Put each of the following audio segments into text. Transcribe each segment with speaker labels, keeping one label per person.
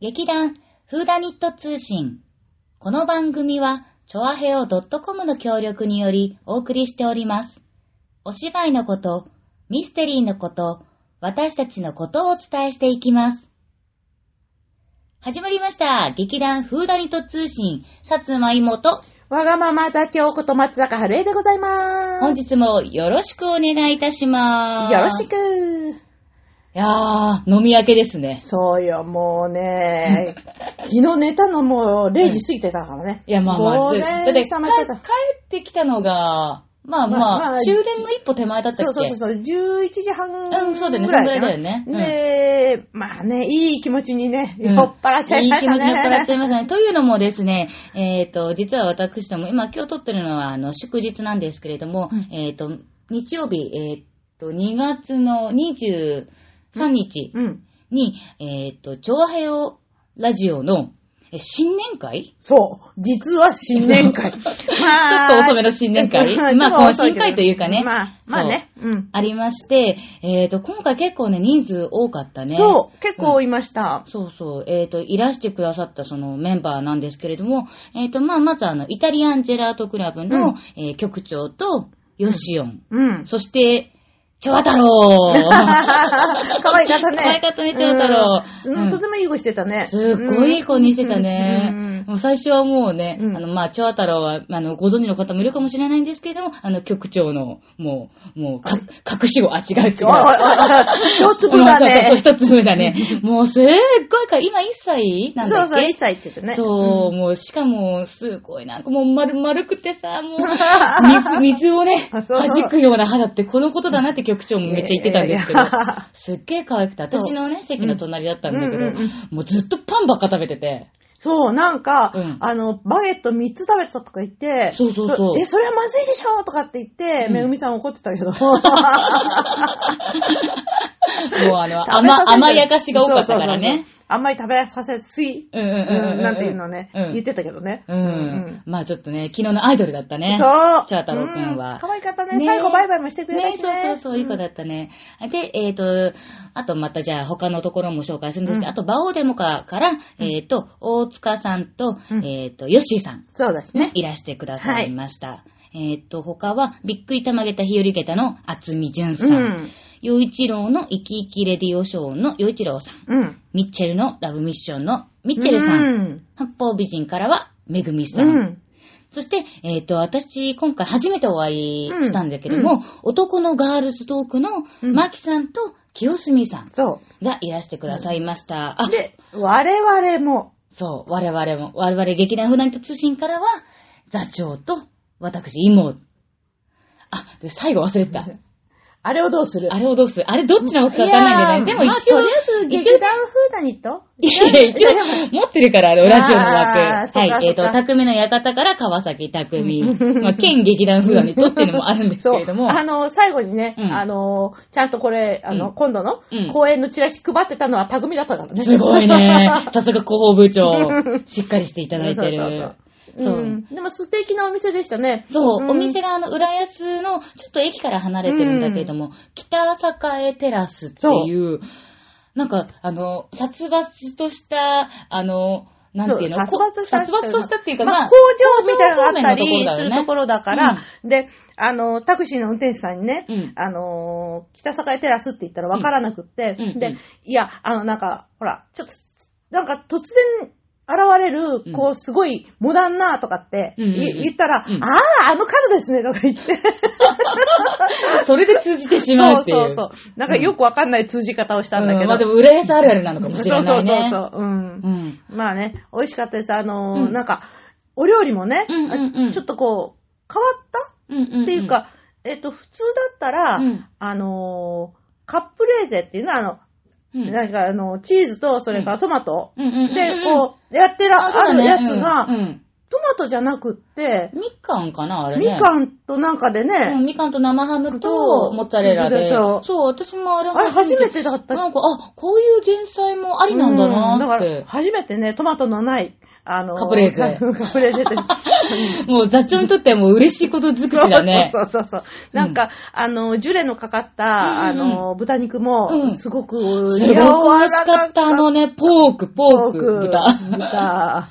Speaker 1: 劇団フーダニット通信。この番組は、チョアヘオ .com の協力によりお送りしております。お芝居のこと、ミステリーのこと、私たちのことをお伝えしていきます。始まりました。劇団フーダニット通信、さつまいもと、
Speaker 2: わがまま座長こと松坂春江でございます。
Speaker 1: 本日もよろしくお願いいたします。
Speaker 2: よろし
Speaker 1: い
Speaker 2: く
Speaker 1: やー、飲み明けですね。
Speaker 2: そうよ、も うね、昨日寝たのもう0時過ぎてたからね。
Speaker 1: いや、まあまあ、
Speaker 2: ごめん
Speaker 1: だって
Speaker 2: さまして
Speaker 1: か
Speaker 2: た
Speaker 1: 帰ってきたのが、まあまあ、
Speaker 2: まあまあ
Speaker 1: 終電の一歩手前だったっけ
Speaker 2: そうそうそうそう、11時半ぐらいかな。
Speaker 1: うんそうだよねそんぐらいだよねうん
Speaker 2: で、まあね、いい気持ちにね、
Speaker 1: う
Speaker 2: 酔
Speaker 1: ん
Speaker 2: っ払っちゃいました
Speaker 1: いい気持ちに酔っ払っちゃ
Speaker 2: ね。
Speaker 1: いましたね。というのもですね、えっ、と、実は私ども、今今日撮ってるのは、あの、祝日なんですけれども、
Speaker 2: うん
Speaker 1: えっ、と、日曜日、えっ、と、2月の23日
Speaker 2: うん。
Speaker 1: に、えっ、と、長平をラジオの、え新年会
Speaker 2: そう。実は新年 会。まあ、ちょ
Speaker 1: ちょっと遅めの新年会
Speaker 2: ょっと
Speaker 1: まあ
Speaker 2: ちょっと
Speaker 1: 懇親会というかね
Speaker 2: まあ、まあね。うん。
Speaker 1: ありまして、えっ、と、今回結構ね、人数多かったね。
Speaker 2: そう、結構いました。
Speaker 1: そうそう、えっ、と、いらしてくださったそのメンバーなんですけれども、えっ、と、まあ、まずあの、イタリアンジェラートクラブの、
Speaker 2: うん
Speaker 1: えー局長と、ヨシオン、
Speaker 2: うん。
Speaker 1: そして、チョア太郎
Speaker 2: 可愛かったね。
Speaker 1: 可愛かったね長太郎
Speaker 2: うん
Speaker 1: うん
Speaker 2: とてもいい子してたね。
Speaker 1: すっごいいい子にしてたね。
Speaker 2: うんうん
Speaker 1: もう最初はもうね、
Speaker 2: うん
Speaker 1: あの、まあ、チョア太郎は、あの、ご存知の方もいるかもしれないんですけれども、あの、局長の、もう、もう、か隠し子、あ、違う違う。
Speaker 2: おい おいおい一粒
Speaker 1: も
Speaker 2: だ
Speaker 1: うそう
Speaker 2: ね。
Speaker 1: そう、一粒だね。もうすっごいか、今1歳なんだ
Speaker 2: そ
Speaker 1: っ
Speaker 2: う
Speaker 1: け
Speaker 2: そう、一歳って言ってね。
Speaker 1: そう、もう、しかも、すごいなんかもう丸、丸くてさ、も う、水、水をね、
Speaker 2: あそう
Speaker 1: 弾くような肌ってこのことだなって局長もめっちゃ言ってたんですけど
Speaker 2: いやいやいや、
Speaker 1: すっげえ可愛くて、私のね、席の隣だったんだけ
Speaker 2: うんうんうんうん
Speaker 1: ど、もうずっとパンばっか食べて て、
Speaker 2: そう、なんか
Speaker 1: うん、
Speaker 2: あの、バゲット3つ食べてたとか言って、
Speaker 1: そうそうそう
Speaker 2: え、それはまずいでしょとかって言って、
Speaker 1: うん
Speaker 2: めぐみさん怒って たけど。
Speaker 1: もうあの、
Speaker 2: 食べさせ
Speaker 1: 甘、
Speaker 2: て
Speaker 1: 甘やかしが多かったから
Speaker 2: そうそうそう
Speaker 1: ね
Speaker 2: そう。あんまり食べさせすぎ、
Speaker 1: うんうんうんうん
Speaker 2: なんていうのね、
Speaker 1: うん
Speaker 2: 言ってたけどね。
Speaker 1: う。
Speaker 2: うん
Speaker 1: まあちょっとね、昨日のアイドルだったね。
Speaker 2: そう。
Speaker 1: チャー太郎くんは。
Speaker 2: う可愛かったね。最後バイバイもしてくれたしね。
Speaker 1: ねそうそうそう、いい子だったね。で、えっ、と、あとまたじゃあ他のところも紹介するんですけど、
Speaker 2: うん
Speaker 1: あと、バオーデモカから、えっ、と、大塚さんと、
Speaker 2: うん
Speaker 1: えっ、と、ヨッシーさん、
Speaker 2: そうですね。
Speaker 1: いらしてくださいました。えっ、と、他は、びっくりたまげた日和げたの厚みじゅんさ、
Speaker 2: うんん。
Speaker 1: 洋一郎の生き生きレディオショーの洋一郎さん、
Speaker 2: うん。
Speaker 1: ミッチェルのラブミッションのミッチェルさん、
Speaker 2: うん。
Speaker 1: 八方美人からは、めぐみさん
Speaker 2: うん。
Speaker 1: そして、えっ、と、私、今回初めてお会いしたんだけども、男のガールズトークの、
Speaker 2: うん
Speaker 1: マキさんと清澄さん
Speaker 2: そ
Speaker 1: がいらしてくださいました。あ
Speaker 2: う。、で、我々も、
Speaker 1: そう、我々も、我々劇団船と通信からは、座長と、私、妹。あ、で、最後忘れて た。
Speaker 2: あれをどうする
Speaker 1: あれをどうするあれどっちなのかわかんないんだよね。でも
Speaker 2: いやー
Speaker 1: 一応、
Speaker 2: まあとりあえず、
Speaker 1: 一
Speaker 2: 劇
Speaker 1: 応
Speaker 2: 団フーダニット
Speaker 1: いやいや、一応、持ってるから、あの、ラジオの
Speaker 2: あー
Speaker 1: 枠。
Speaker 2: そっか
Speaker 1: はい、えっ、
Speaker 2: そっ
Speaker 1: と、
Speaker 2: か
Speaker 1: 匠の館から川崎 匠。まあ、県劇団風団にとっていうのもあるんですけ
Speaker 2: そう
Speaker 1: れど。も。
Speaker 2: あの、最後にね、
Speaker 1: うん
Speaker 2: あの、ちゃんとこれ、あ
Speaker 1: う
Speaker 2: の、
Speaker 1: ん
Speaker 2: 今度の
Speaker 1: うん
Speaker 2: 公演のチラシ配ってたのは匠だったからね。
Speaker 1: すごい ね。さすが広報部長。しっかりしていただいてる。
Speaker 2: そうそうそう。
Speaker 1: そううん
Speaker 2: でも素敵なお店でしたね。
Speaker 1: そう、
Speaker 2: うん
Speaker 1: お店があの、浦安の、ちょっと駅から離れてるんだけれども、北栄テラスっていう、なんか、あの、殺伐とした、あの、なんていうの
Speaker 2: そう殺伐した
Speaker 1: こ殺伐としたっていうか、
Speaker 2: ま
Speaker 1: ま
Speaker 2: あ、
Speaker 1: あ
Speaker 2: 工場みたいなのがあったり
Speaker 1: 工場方面の
Speaker 2: す
Speaker 1: よ
Speaker 2: る
Speaker 1: ね
Speaker 2: ところだから、で、あの、タクシーの運転手さんにね、
Speaker 1: うん
Speaker 2: あの、北栄テラスって言ったらわからなくって、
Speaker 1: うんうんう
Speaker 2: で
Speaker 1: ん、
Speaker 2: いや、あの、なんか、ほら、ちょっと、なんか突然、現れ
Speaker 1: うん
Speaker 2: る、こう、すごい、モダンなとかって、
Speaker 1: うんうんうん
Speaker 2: い言ったら、
Speaker 1: うん
Speaker 2: ああ、あの角ですね、とか言って。
Speaker 1: それで通じてしま
Speaker 2: そうう
Speaker 1: っていう。
Speaker 2: そうそう。なんかよくわかんない通じ方をしたんだけど。
Speaker 1: うまあでも、浦安あるあるなのかもし
Speaker 2: そ
Speaker 1: れ
Speaker 2: う
Speaker 1: な
Speaker 2: そう
Speaker 1: いね。
Speaker 2: そうそう。うん
Speaker 1: うん。
Speaker 2: まあね、美味しかったです。あのー
Speaker 1: うん
Speaker 2: なんか、お料理もね、
Speaker 1: うんうんうん
Speaker 2: あちょっとこう、変わっ
Speaker 1: うんうん、
Speaker 2: たっていう、か、えっと、普通だったら、
Speaker 1: うん
Speaker 2: あのーカップレーゼっていうのは、あの、
Speaker 1: うん、うん
Speaker 2: なんかあの、チーズと、それからトマト、
Speaker 1: うんうんうん、
Speaker 2: で、こう、やってら、
Speaker 1: あそう
Speaker 2: あ
Speaker 1: だ
Speaker 2: る
Speaker 1: ね
Speaker 2: やつが、
Speaker 1: うんうん
Speaker 2: トマトじゃなくって、
Speaker 1: みかんかなあれ
Speaker 2: み
Speaker 1: ね。
Speaker 2: かんとなんかで
Speaker 1: うん
Speaker 2: ね、
Speaker 1: みかんと生ハムと
Speaker 2: と
Speaker 1: モッツァレラで。
Speaker 2: そう
Speaker 1: そう、私もあれ
Speaker 2: あれ初め
Speaker 1: て。
Speaker 2: てだった
Speaker 1: なんか、あ、こういう前菜もありなんだ
Speaker 2: うんだ
Speaker 1: なー
Speaker 2: か
Speaker 1: っ
Speaker 2: ら、
Speaker 1: て。
Speaker 2: 初めてね、トマトのない、あのー、
Speaker 1: カプレーゼ
Speaker 2: カカプレーゼって。
Speaker 1: もう座長にとってはもう嬉しいこと尽くしだね。
Speaker 2: そうそうそうそう。なんか、あの、ジュレのかかった、
Speaker 1: うんうん
Speaker 2: あの、豚肉
Speaker 1: うん
Speaker 2: も、すごく、
Speaker 1: すごく美味しかった、あのね、ポーク、ポーク、豚。
Speaker 2: 豚。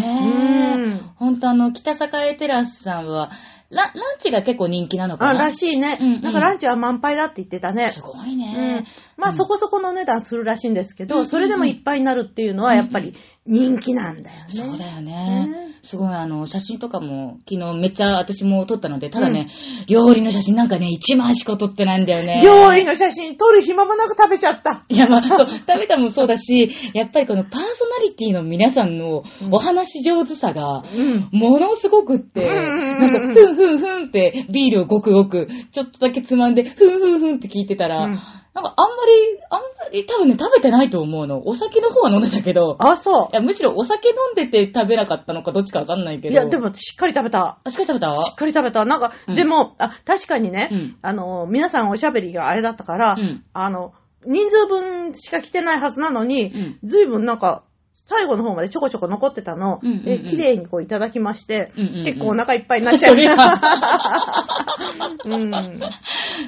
Speaker 2: う
Speaker 1: ねえ
Speaker 2: ん。
Speaker 1: ほんとあの、北栄テラスさんは、ラランチが結構人気なのか
Speaker 2: あ、
Speaker 1: な
Speaker 2: らしいね。
Speaker 1: うんうん
Speaker 2: なんかランチは満杯だって言ってたね。
Speaker 1: すごいうね
Speaker 2: ん。ま
Speaker 1: う
Speaker 2: あ
Speaker 1: ん
Speaker 2: そこそこのお値段するらしいんですけ
Speaker 1: うんうんう
Speaker 2: ど、
Speaker 1: ん
Speaker 2: それでもいっぱいになるっていうのはやっぱり人気なんだよね。
Speaker 1: そうだよね。
Speaker 2: ね
Speaker 1: すごい、あの、写真とかも、昨日めっちゃ私も撮ったので、ただね、料理の写真なんかね、一枚しか撮ってないんだよね。
Speaker 2: 料理の写真撮る暇もなく食べちゃった。
Speaker 1: いや、まあ、そう、食べたもそうだし、やっぱりこのパーソナリティの皆さんのお話上手さが、
Speaker 2: うん。
Speaker 1: ものすごくって、
Speaker 2: うんうん
Speaker 1: な
Speaker 2: うんん
Speaker 1: か、
Speaker 2: うん
Speaker 1: ふんふんふんって、ビールをごくごく、ちょっとだけつまんで、ふんふんふんって聞いてたら、
Speaker 2: うん
Speaker 1: なんかあんまり、あんまり多分ね、食べてないと思うの。お酒の方は飲んでたけど、
Speaker 2: あ、そ
Speaker 1: いや、むしろお酒飲んでて食べなかったのかどっちかわかんないけ
Speaker 2: う。
Speaker 1: ど。
Speaker 2: いや、で、もしっかり食べた。
Speaker 1: あ、しっかり食べた
Speaker 2: しっかり食べた。なんか、
Speaker 1: うん
Speaker 2: でも、あ、確かにね、
Speaker 1: うん
Speaker 2: あの、皆さんおしゃべりがあれだったから、
Speaker 1: うん
Speaker 2: あの、人数分しか来てないはずなのに、
Speaker 1: うん
Speaker 2: ずいぶんなんか、最後の方までちょこちょこ残ってたの、
Speaker 1: うんうんうん
Speaker 2: え綺麗にこういただきまして、
Speaker 1: うんうんうん
Speaker 2: 結構お腹いっぱいになっちゃ う
Speaker 1: そ。れは
Speaker 2: うん。
Speaker 1: ね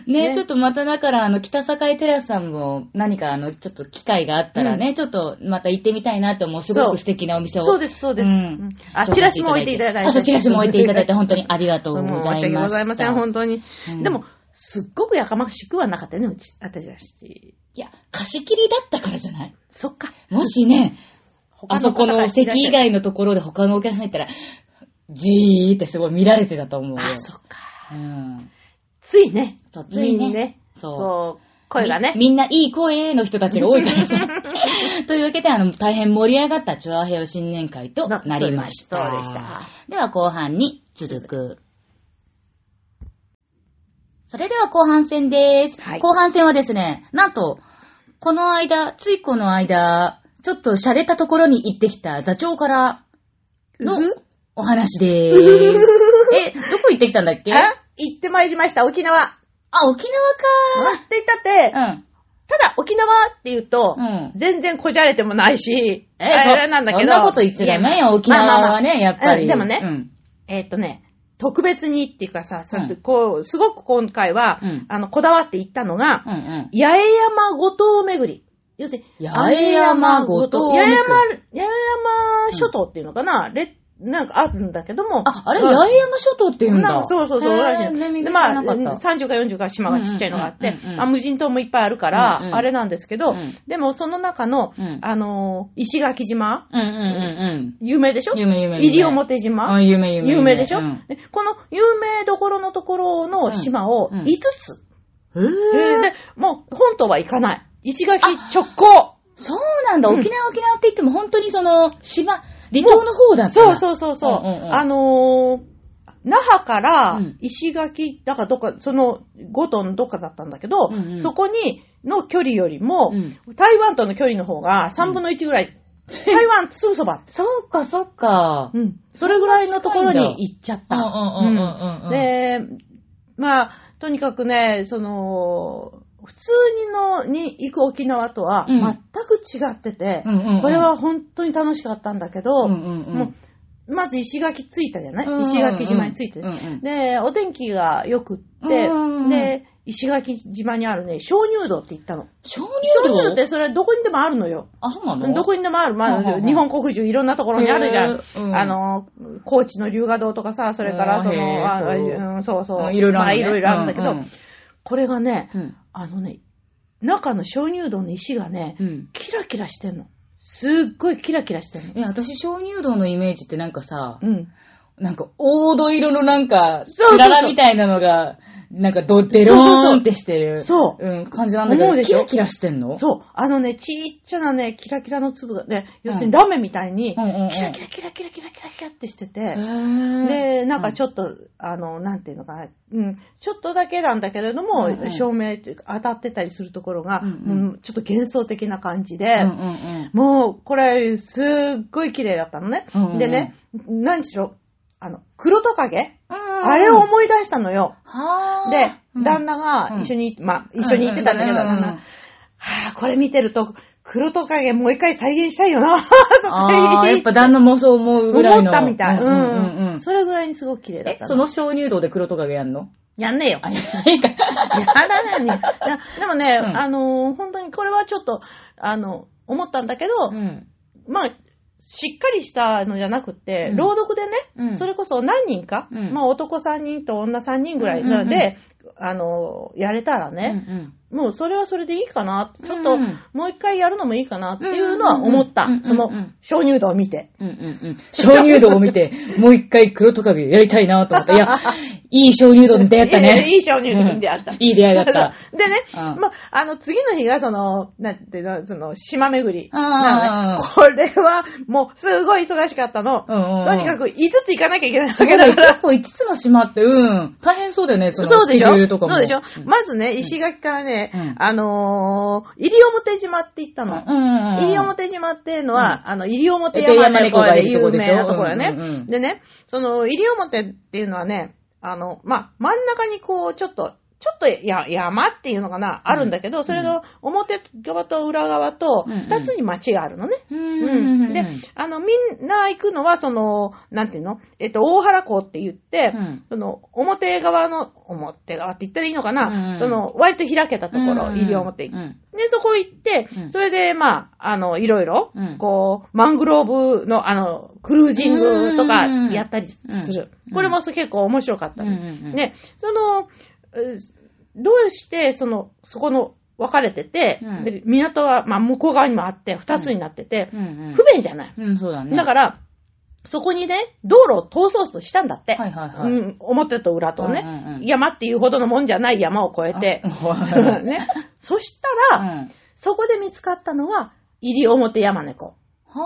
Speaker 2: ね
Speaker 1: ちょっとまただから、あの、北栄テラスさんも何かあの、ちょっと機会があったらね、ちょっとまた行ってみたいなと思う、すご
Speaker 2: そ
Speaker 1: く
Speaker 2: う
Speaker 1: 素敵なお店を。
Speaker 2: そうです、そうです。
Speaker 1: う
Speaker 2: うんんあ、チラシも置いていただいて。
Speaker 1: あそう、チラシも置いていただいて、本当にありがとうござい
Speaker 2: もう
Speaker 1: ま
Speaker 2: 申
Speaker 1: す。
Speaker 2: し訳ございません、本当に。
Speaker 1: うん
Speaker 2: でも、すっごくやかましくはなかったよね、うち、私たち。
Speaker 1: いや、貸し切りだったからじゃない
Speaker 2: そっか。
Speaker 1: もしね、
Speaker 2: 他
Speaker 1: あそこ
Speaker 2: 方が
Speaker 1: の
Speaker 2: いらっしゃる
Speaker 1: 席以。外のところで他のお客さん行ったら、じーってすごい見られてたと思うよ。
Speaker 2: あ、そっか。
Speaker 1: うん。
Speaker 2: ついね。
Speaker 1: そう、ついね。
Speaker 2: みんなね
Speaker 1: そう。
Speaker 2: こう、声がね
Speaker 1: み。みんないい声の人たちが多いから さ。というわけで、あの、大変盛り上がったチョアヘオ新年会となりました。
Speaker 2: そうでした。
Speaker 1: では後半に続く。それでは後半戦です。
Speaker 2: はい
Speaker 1: 後半戦はですね、なんと、この間、ついこの間、ちょっと洒落たところに行ってきた座長からの
Speaker 2: うふ
Speaker 1: お話でー
Speaker 2: うふ
Speaker 1: す。え、どこ行ってきたんだっけあ、
Speaker 2: あ行ってまいりました、沖縄。
Speaker 1: 沖縄
Speaker 2: って言ったって、
Speaker 1: かー。
Speaker 2: ただ沖縄って言うと
Speaker 1: うん、
Speaker 2: 全然こじゃれてもないし、
Speaker 1: えそ
Speaker 2: あれなんだけど。
Speaker 1: そんなこと言っちゃダメよ、沖
Speaker 2: まあ
Speaker 1: 縄
Speaker 2: まあま
Speaker 1: は
Speaker 2: あ
Speaker 1: ね、やっぱり。
Speaker 2: うんでもね
Speaker 1: うん。
Speaker 2: えーっとね、特別にっていうかさ、さ
Speaker 1: うん
Speaker 2: こう、すごく今回は
Speaker 1: うん、
Speaker 2: あの、こだわって行ったのが、
Speaker 1: うんうん。
Speaker 2: 八重山五島巡り。要するに、
Speaker 1: 八重山五島
Speaker 2: 八重山
Speaker 1: 巡、
Speaker 2: 八重山諸島っていうのかな、れなんかあるんだけども。
Speaker 1: あ、あれ、
Speaker 2: うん
Speaker 1: 八重山諸島って言うんだ。
Speaker 2: なんかそうそうそう、
Speaker 1: へー
Speaker 2: らし
Speaker 1: 全
Speaker 2: い
Speaker 1: 然
Speaker 2: で、
Speaker 1: 知
Speaker 2: ま
Speaker 1: ら
Speaker 2: あ、
Speaker 1: なかった。
Speaker 2: 30か40か島がちっちゃいのがあっ
Speaker 1: うん
Speaker 2: て
Speaker 1: うんうんうんう、ん
Speaker 2: あ無人島もいっぱいあるから、
Speaker 1: うんうん
Speaker 2: あれなんですけど、
Speaker 1: うん
Speaker 2: でもその中の、
Speaker 1: うん
Speaker 2: あのー石垣島、
Speaker 1: うんうんうん
Speaker 2: 有名でしょ
Speaker 1: うん。夢夢夢。
Speaker 2: 西表島、
Speaker 1: あ、夢夢。
Speaker 2: 有名でしょ、
Speaker 1: うん
Speaker 2: でこの有名どころのところの島を
Speaker 1: うんうん
Speaker 2: 5つ。
Speaker 1: へー
Speaker 2: で、もう本島は行かない。石垣直行
Speaker 1: そうなんだ。
Speaker 2: うん
Speaker 1: 沖縄沖縄って言っても本当にその、島、離島の方だった
Speaker 2: そう
Speaker 1: う。
Speaker 2: そうそうそう。
Speaker 1: うんうんうん
Speaker 2: あのー那覇から
Speaker 1: うん
Speaker 2: 石垣、だからどっか、その5トンどっかだったんだけど、
Speaker 1: うんうん
Speaker 2: そこに、の距離よりも、
Speaker 1: うん。
Speaker 2: 台湾との距離の方が3分の1ぐらい、台湾すぐそば
Speaker 1: そうか、そうか。
Speaker 2: うん。それぐらいのところに行っちゃった。
Speaker 1: うんうんうんうんうん
Speaker 2: で、まあ、とにかくね、その、普通にの、に行く沖縄とは
Speaker 1: うん
Speaker 2: 全く違ってて、
Speaker 1: うんうんうん
Speaker 2: これは本当に楽しかったんだけど、
Speaker 1: うんうんうん
Speaker 2: もうまず石垣着いたじゃない、
Speaker 1: うんうんうん
Speaker 2: 石垣島に着いて、
Speaker 1: うんうん
Speaker 2: で、お天気が良くって、
Speaker 1: うんうんうん
Speaker 2: で、石垣島にあるね、鍾乳洞って言ったの。
Speaker 1: 鍾
Speaker 2: 鍾
Speaker 1: 乳
Speaker 2: 乳洞
Speaker 1: 洞
Speaker 2: ってそれどこにでもあるのよ。
Speaker 1: あ、そうなの
Speaker 2: どこにでもある、ま
Speaker 1: うんうんう
Speaker 2: あ、
Speaker 1: ん
Speaker 2: 日本国中いろんなところにあるじゃん。
Speaker 1: へーうん
Speaker 2: あの、高知の龍河洞とかさ、それか
Speaker 1: う
Speaker 2: ら
Speaker 1: ん
Speaker 2: そ
Speaker 1: へー
Speaker 2: の、あ
Speaker 1: そう
Speaker 2: うんそうそうう。
Speaker 1: んいろいろあるね
Speaker 2: まいろいろあるんだけど、
Speaker 1: うんうん
Speaker 2: これがね、
Speaker 1: うん
Speaker 2: あのね、中の鍾乳洞の石がね、
Speaker 1: うん。
Speaker 2: キラキラしてんの。すっごいキラキラしてんの。
Speaker 1: いや、私、鍾乳洞のイメージってなんかさ、
Speaker 2: うん。
Speaker 1: なんか、黄土色のなんか、
Speaker 2: そうそ
Speaker 1: つ
Speaker 2: うそう
Speaker 1: ららみたいなのが、なんか、ど、でろーんってしてる。
Speaker 2: そう。
Speaker 1: うん、感じなんだけ
Speaker 2: 思
Speaker 1: ど、
Speaker 2: うで
Speaker 1: キ
Speaker 2: しょ
Speaker 1: ラキラしてんの
Speaker 2: そう。あのね、ちっちゃなね、キラキラの粒がね、要する
Speaker 1: うん
Speaker 2: にラメみたいに、キ
Speaker 1: うんうんうん
Speaker 2: ラキラキラキラキラキラキラってしてて、
Speaker 1: ね
Speaker 2: で、なんかちょっと、あの、なんていうのかな、うん、ちょっとだけなんだけれども、
Speaker 1: うんうん
Speaker 2: 照明っていうか当たってたりするところが、
Speaker 1: うん
Speaker 2: うんちょっと幻想的な感じで、
Speaker 1: うんうんうん。
Speaker 2: もう、これ、すっごい綺麗だったのね。
Speaker 1: うんうんうん
Speaker 2: でね、何しろ、あの、黒トカゲ、
Speaker 1: あ
Speaker 2: あれを思い出したのよ。
Speaker 1: はー
Speaker 2: で、
Speaker 1: うん
Speaker 2: 旦那が一緒に、まあ、一緒に行ってたんだけど、
Speaker 1: うんうんうんうん
Speaker 2: 旦那はあ、これ見てると、黒トカゲもう一回再現したいよな、とか言い
Speaker 1: ああ、やっぱ旦那もそう思うぐらい
Speaker 2: 思
Speaker 1: の。
Speaker 2: ったみたい。
Speaker 1: うんうんうん
Speaker 2: う。
Speaker 1: うんん。
Speaker 2: それぐらいにすごく綺麗だっ
Speaker 1: え
Speaker 2: た、な
Speaker 1: その鍾乳洞で黒トカゲやんの
Speaker 2: やんねえよ。
Speaker 1: あ、いやなんか
Speaker 2: やら ないね。なでもね、
Speaker 1: うん
Speaker 2: あのー本当にこれはちょっと、あの、思ったんだけど、
Speaker 1: うん。
Speaker 2: まあ、しっかりしたのじゃなくて、
Speaker 1: うん
Speaker 2: 朗読でね、
Speaker 1: うん
Speaker 2: それこそ何人か、
Speaker 1: うん
Speaker 2: まあ男3人と女3人ぐらい
Speaker 1: うんうんうん
Speaker 2: で、あのーやれたらね、
Speaker 1: うん
Speaker 2: もうそれはそれでいいかな、ちょっ
Speaker 1: う
Speaker 2: と、
Speaker 1: ん
Speaker 2: もう一回やるのもいいかなっていうのは思った。
Speaker 1: うんうんうん
Speaker 2: その
Speaker 1: うんうん、
Speaker 2: 鍾乳洞を見て。
Speaker 1: うんうんうん。鍾乳洞を見て、もう一回黒トカゲやりたいなと思って。いや、いい鍾乳洞に出会ったね。
Speaker 2: いいいい鍾乳洞に出会った
Speaker 1: うんいい出会いだった。
Speaker 2: でね、
Speaker 1: うん
Speaker 2: ま、あの、次の日が、その、なんていうの、その、島巡り。
Speaker 1: あ
Speaker 2: な
Speaker 1: ー
Speaker 2: のね、これは、もう、すごい忙しかったの。
Speaker 1: うんうん
Speaker 2: とにかく、5つ行かなきゃいけないわ
Speaker 1: そ
Speaker 2: け
Speaker 1: こ
Speaker 2: だ
Speaker 1: で
Speaker 2: から
Speaker 1: 結。構5つの島って、うん。大変そうだよね、そ
Speaker 2: そ
Speaker 1: の
Speaker 2: う
Speaker 1: スケ
Speaker 2: でし
Speaker 1: ジ
Speaker 2: ょ
Speaker 1: ュールとかも。
Speaker 2: そうでしょまずね、石垣からね、
Speaker 1: うん
Speaker 2: あのー、西表島って言ったの。
Speaker 1: うんうんうん。
Speaker 2: 西表島っていうのは、あの、西表山ってところで有名なところだね。
Speaker 1: うんうんうん
Speaker 2: でね、その、西表っていうのはね、あの、まあ、真ん中にこう、ちょっと、ちょっとや山っていうのかな、あるんだけど、それの表側と裏側と、
Speaker 1: うんうん
Speaker 2: 二つに町があるのね。
Speaker 1: うんうんうん。
Speaker 2: で、あの、みんな行くのは、その、なんていうのえっと、大原港って言って、
Speaker 1: うん
Speaker 2: その、表側の、表側って言ったらいいのかな、
Speaker 1: うん
Speaker 2: その、割と開けたところ、西表行って
Speaker 1: うん
Speaker 2: で、そこ行って
Speaker 1: うん、
Speaker 2: それで、まあ、あの、いろいろ
Speaker 1: うん、
Speaker 2: こう、マングローブの、あの、クルージングとか
Speaker 1: うん
Speaker 2: やったりする
Speaker 1: う。ん
Speaker 2: これも結構面白かった
Speaker 1: うん
Speaker 2: ね。
Speaker 1: うんうん。
Speaker 2: ね、その、うどうして、その、そこの、分かれてて
Speaker 1: う、ん
Speaker 2: で港は、まあ、向こう側にもあって、二つになってて
Speaker 1: う、ん
Speaker 2: 不便じゃない。
Speaker 1: うん。うん、そうだね。か
Speaker 2: だから、そこにね、道路を通そうとしたんだって。
Speaker 1: はいはいはい
Speaker 2: うん、表と裏とね、
Speaker 1: うんうんうん
Speaker 2: 山っていうほどのもんじゃない山を越えて。
Speaker 1: う
Speaker 2: ね。そしたら、
Speaker 1: ん。
Speaker 2: そこで見つかったのは、西表山猫。
Speaker 1: は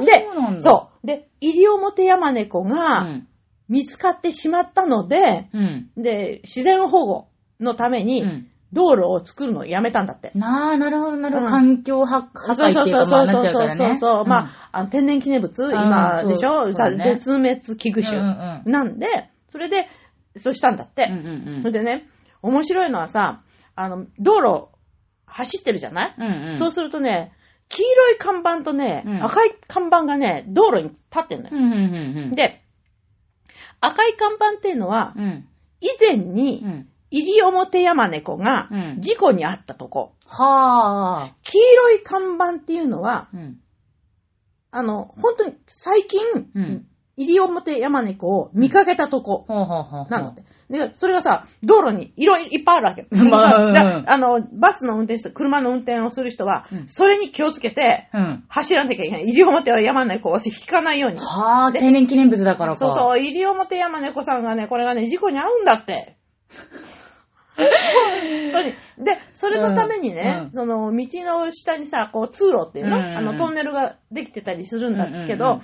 Speaker 1: ぁー、
Speaker 2: で
Speaker 1: そうなんだ。
Speaker 2: そう。で、西表山猫が
Speaker 1: ん。
Speaker 2: 見つかってしまったので、
Speaker 1: うん。
Speaker 2: で、自然保護のため
Speaker 1: う
Speaker 2: に
Speaker 1: ん、
Speaker 2: 道路を作るのをやめたんだって。
Speaker 1: なあ、なるほど、なるほど。
Speaker 2: うん
Speaker 1: 環境破破壊っていうか、まあ、なっちゃうからね。
Speaker 2: そうそう。
Speaker 1: ん
Speaker 2: まあ、あの天然記念物、今
Speaker 1: うん
Speaker 2: でし
Speaker 1: そう
Speaker 2: ょ
Speaker 1: そ
Speaker 2: さ
Speaker 1: うだね
Speaker 2: 絶滅危惧
Speaker 1: うん
Speaker 2: 種。なんで、それで、そうしたんだっ
Speaker 1: うんうん。
Speaker 2: て。
Speaker 1: うんうん
Speaker 2: それでね、面白いのはさ、あの、道路、走ってるじゃない
Speaker 1: うん。
Speaker 2: そう
Speaker 1: そ
Speaker 2: するとね、黄色い看板とね、
Speaker 1: うん
Speaker 2: 赤い看板がね、道路に立ってんの
Speaker 1: う
Speaker 2: よ。
Speaker 1: ん。うんうんうん。、
Speaker 2: で、赤い看板っていうのは、
Speaker 1: うん。
Speaker 2: 以前
Speaker 1: う
Speaker 2: に、
Speaker 1: ん。
Speaker 2: 西表山猫が
Speaker 1: うん
Speaker 2: 事故に遭ったとこ。
Speaker 1: は
Speaker 2: 黄色い看板っていうのは、
Speaker 1: ぁ。うん。
Speaker 2: あの、本当に最近、
Speaker 1: うん
Speaker 2: 西表山猫を見かけたとこ。
Speaker 1: ほうほうほうほう。
Speaker 2: なんだって。で、それがさ、道路にいろいろいっぱいあるわけ。
Speaker 1: まあうん
Speaker 2: だからあの、バスの運転手、車の運転をする人は、
Speaker 1: うん
Speaker 2: それに気をつけて、
Speaker 1: うん。
Speaker 2: 走らなきゃいけない。西表は山猫を引かないように。そ
Speaker 1: はぁ、
Speaker 2: で
Speaker 1: 天然記念物だから
Speaker 2: う
Speaker 1: か。う。
Speaker 2: そう、西表山猫さんがね、これがね、事故に遭うんだって。本当に。で、それのためにね、
Speaker 1: うんうん
Speaker 2: その、道の下にさ、こう、通路っていうの、
Speaker 1: うんうんうん
Speaker 2: あの、トンネルができてたりするんだけ
Speaker 1: うん
Speaker 2: ど、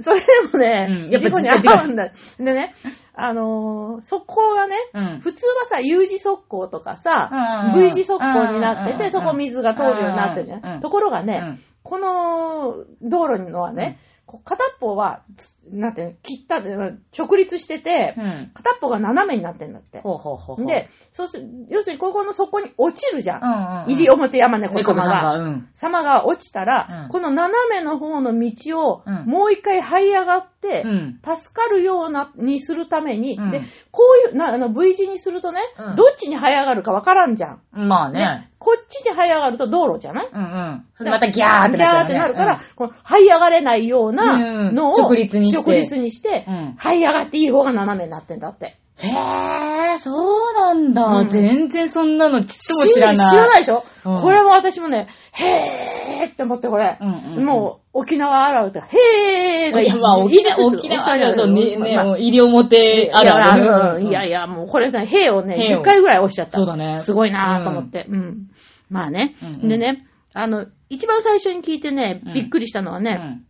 Speaker 2: それでもね、
Speaker 1: うんやっぱ
Speaker 2: 事故に遭うんだ。でね、あのー、速攻がね、
Speaker 1: うん。
Speaker 2: 普通はさ、U 字速攻とかさ、
Speaker 1: うんうん
Speaker 2: V 字速攻になって
Speaker 1: うんうんうん
Speaker 2: て、そこ水が通るようになってるじゃ
Speaker 1: うんうんうん
Speaker 2: ん。ところがね、
Speaker 1: うん
Speaker 2: この道路のはね、こう片っぽは、つなんていうの、切った、直立してて、
Speaker 1: うん。
Speaker 2: 片っぽが斜めになってんだって。
Speaker 1: ほうほうほうほう。
Speaker 2: で、そうする、要するにここの底に落ちるじゃ
Speaker 1: うん
Speaker 2: ん。
Speaker 1: うんうん。
Speaker 2: 入り表山猫
Speaker 1: 猫
Speaker 2: 様
Speaker 1: さんが。
Speaker 2: が。
Speaker 1: うん。
Speaker 2: 様が落ちたら、
Speaker 1: うん
Speaker 2: この斜めの方の道を
Speaker 1: うん
Speaker 2: もう一回這い上がって、
Speaker 1: うん。
Speaker 2: 助かるような、にするために、
Speaker 1: うん
Speaker 2: で、こういう、なあの、V 字にするとね、
Speaker 1: うん
Speaker 2: どっちに這い上がるかわからんじゃん。
Speaker 1: まあね。
Speaker 2: こっちに這い上がると道路じゃない
Speaker 1: うんうん。それでまたギャーって
Speaker 2: ギャー
Speaker 1: なっ
Speaker 2: っ
Speaker 1: ち
Speaker 2: て
Speaker 1: ゃ
Speaker 2: な
Speaker 1: う
Speaker 2: る
Speaker 1: ね
Speaker 2: から、、この這い上がれないようなのを、
Speaker 1: うん直立にして
Speaker 2: 直立にして
Speaker 1: うん
Speaker 2: 這い上がっていい方が斜めになってんだって。
Speaker 1: へー、そうなんだ。
Speaker 2: うん
Speaker 1: 全然そんなのちっとも知らない。
Speaker 2: 知らないでしょ、
Speaker 1: うん
Speaker 2: これも私もね、へーって思ってこれ、
Speaker 1: うんうんうん
Speaker 2: もう沖縄あるあるって、へーが
Speaker 1: いや、まあ、沖縄、沖縄あるある、そう、ね、ね、医療もてあるある。うん
Speaker 2: いやいや、もうこれね、兵をね、
Speaker 1: 兵を
Speaker 2: 10回ぐらい押しちゃった。
Speaker 1: そうだね
Speaker 2: すごいなぁと思って。うん。まあね、
Speaker 1: うんうん
Speaker 2: でね、あの、一番最初に聞いてね
Speaker 1: うん、
Speaker 2: びっくりしたのは
Speaker 1: う
Speaker 2: ね、
Speaker 1: ん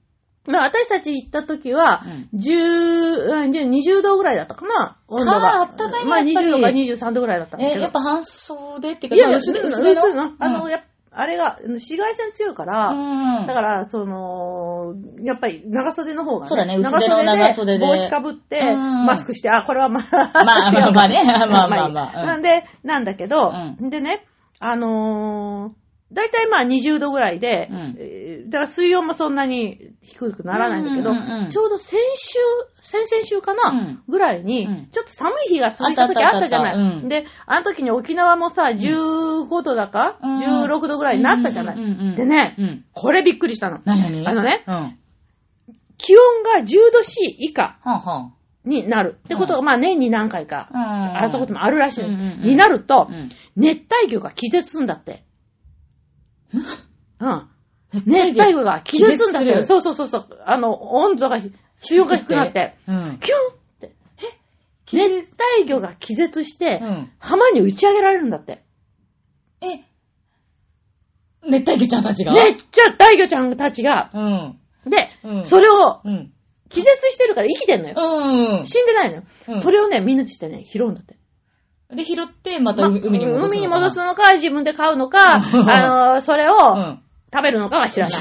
Speaker 2: まあ私たち行った時は
Speaker 1: うん、
Speaker 2: 10、うん20度ぐらいだったかな、温度が。
Speaker 1: あー暖かいね
Speaker 2: まあ
Speaker 1: やっぱり
Speaker 2: 20度か23度ぐらいだったんだけ
Speaker 1: え、
Speaker 2: ど。
Speaker 1: やっぱ半袖って
Speaker 2: い
Speaker 1: いう
Speaker 2: や
Speaker 1: か、
Speaker 2: いや、
Speaker 1: 薄手薄
Speaker 2: 薄
Speaker 1: 手
Speaker 2: い
Speaker 1: の
Speaker 2: の。あの、やっぱあれが、紫外線強いから、
Speaker 1: うん。
Speaker 2: だから、その、やっぱり長袖の方が、ね、
Speaker 1: そうだね薄手の長袖で
Speaker 2: 長帽子かぶって、
Speaker 1: うん
Speaker 2: マスクして、あ、これはまあ、
Speaker 1: まあ
Speaker 2: 違うか
Speaker 1: まあねまあまあまあ
Speaker 2: いい
Speaker 1: まあうん
Speaker 2: なんで、なんだけど、
Speaker 1: う
Speaker 2: でね、あのーだいたいまあ20度ぐらいで、
Speaker 1: うん
Speaker 2: えーだから水温もそんなに低くならないんだけど、
Speaker 1: うんうんうん
Speaker 2: ちょうど先週、先々週かな、
Speaker 1: うん
Speaker 2: ぐらいに、
Speaker 1: うん
Speaker 2: ちょっと寒い日が続いた時
Speaker 1: あった
Speaker 2: あ
Speaker 1: あった
Speaker 2: ったじゃない。
Speaker 1: あったうん
Speaker 2: で、あの時に沖縄もさ、15度だか、
Speaker 1: うん
Speaker 2: 16度ぐらいになったじゃない。
Speaker 1: うんうんうんうん
Speaker 2: でね、
Speaker 1: うん。
Speaker 2: これびっくりしたの。
Speaker 1: 何何
Speaker 2: あのね、
Speaker 1: うん。は
Speaker 2: 気温が10度 C 以下
Speaker 1: あ、は
Speaker 2: になるってことが、
Speaker 1: う
Speaker 2: まあ年に何回か、
Speaker 1: うん
Speaker 2: あそういうこともあるらしいの、
Speaker 1: うんうんうん
Speaker 2: になると、
Speaker 1: あ、うん。
Speaker 2: 熱帯魚が気絶すんだって。うん。熱
Speaker 1: 熱
Speaker 2: 帯
Speaker 1: 帯魚
Speaker 2: 魚が気絶すんだっ
Speaker 1: 気絶す
Speaker 2: て。
Speaker 1: る
Speaker 2: そうそうそうそう。あの、温度が、水温が低くなって、
Speaker 1: うん。
Speaker 2: キュンって。熱帯魚が気絶して、
Speaker 1: うん
Speaker 2: 浜に打ち上げられるんだって。
Speaker 1: え、熱帯魚ちゃんたちが
Speaker 2: 熱帯魚ちゃんたちが。
Speaker 1: うん。
Speaker 2: で、
Speaker 1: うん
Speaker 2: それを、
Speaker 1: うん。
Speaker 2: 気絶してるから生きてんのよ。
Speaker 1: うん。
Speaker 2: 死んでないのよ。
Speaker 1: うん
Speaker 2: それをね、みんなでしてね、拾うんだって。
Speaker 1: で、拾って、また海海に戻すのかな。
Speaker 2: 海に戻すのか、自分で飼うのか、あのそれを、
Speaker 1: うん。
Speaker 2: 食べるのかは 知らない。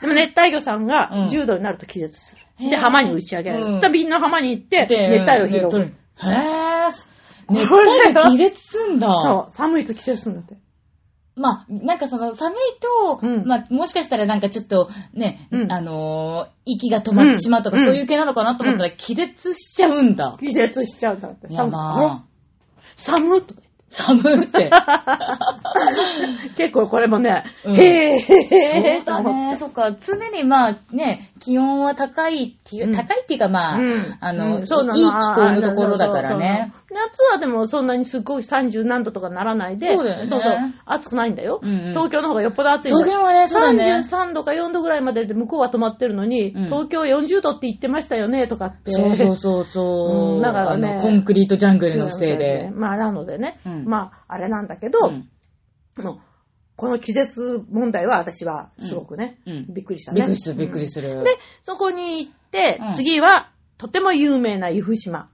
Speaker 2: でも熱帯魚さん
Speaker 1: う
Speaker 2: が
Speaker 1: ん
Speaker 2: 重度になると気絶する。
Speaker 1: へ
Speaker 2: で、
Speaker 1: ー
Speaker 2: 浜に打ち上げられ
Speaker 1: うん
Speaker 2: る。みんな浜に行って、
Speaker 1: で
Speaker 2: 熱帯
Speaker 1: ね
Speaker 2: 魚拾う。
Speaker 1: 取るへぇー。
Speaker 2: これ
Speaker 1: 熱
Speaker 2: は
Speaker 1: 帯魚気絶すんだ。
Speaker 2: そう、寒いと気絶するんだって。
Speaker 1: まあ、なんかその寒いと、
Speaker 2: うん
Speaker 1: まあ、もしかしたらなんかちょっとね、
Speaker 2: うん
Speaker 1: あのー息が止まってしまうとか、
Speaker 2: うん
Speaker 1: そういう系なのかなと思ったら、気絶しちゃうんだ。
Speaker 2: 気絶しちゃうんだって。
Speaker 1: いや
Speaker 2: 寒い。
Speaker 1: ま
Speaker 2: あら
Speaker 1: あ、
Speaker 2: 寒いとか
Speaker 1: 寒 って。
Speaker 2: 言って。結構これもね、
Speaker 1: うん
Speaker 2: へぇへぇ
Speaker 1: そうだね。そっか。常にまあね、気温は高いっていう、
Speaker 2: うん
Speaker 1: 高いっていうかまあ、
Speaker 2: うん
Speaker 1: あの、
Speaker 2: うんそうなの
Speaker 1: いい気候のところだからね。。
Speaker 2: あーそうそうそう夏はでもそんなにすっごい30何度とかならないで、
Speaker 1: そうだよね
Speaker 2: そうそう暑くないんだよ、
Speaker 1: うんうん
Speaker 2: 東京の方がよっぽど暑いんだよ
Speaker 1: 東京はね、そうだね。
Speaker 2: 33度か4度ぐらいまでで向こうは止まってるのに、
Speaker 1: うん
Speaker 2: 東京40度って言ってましたよねとかって。
Speaker 1: そうそうそうそう。
Speaker 2: うんだからね
Speaker 1: あの、コンクリートジャングルのせいで。
Speaker 2: まあなのでね、
Speaker 1: うん
Speaker 2: まああれなんだけど、
Speaker 1: ん
Speaker 2: もうこの気絶問題は私はすごくね、
Speaker 1: うん
Speaker 2: びっくりしたね。
Speaker 1: びっくりする、びっくりする。
Speaker 2: うんで、そこに行って、
Speaker 1: うん
Speaker 2: 次はとても有名な由布島。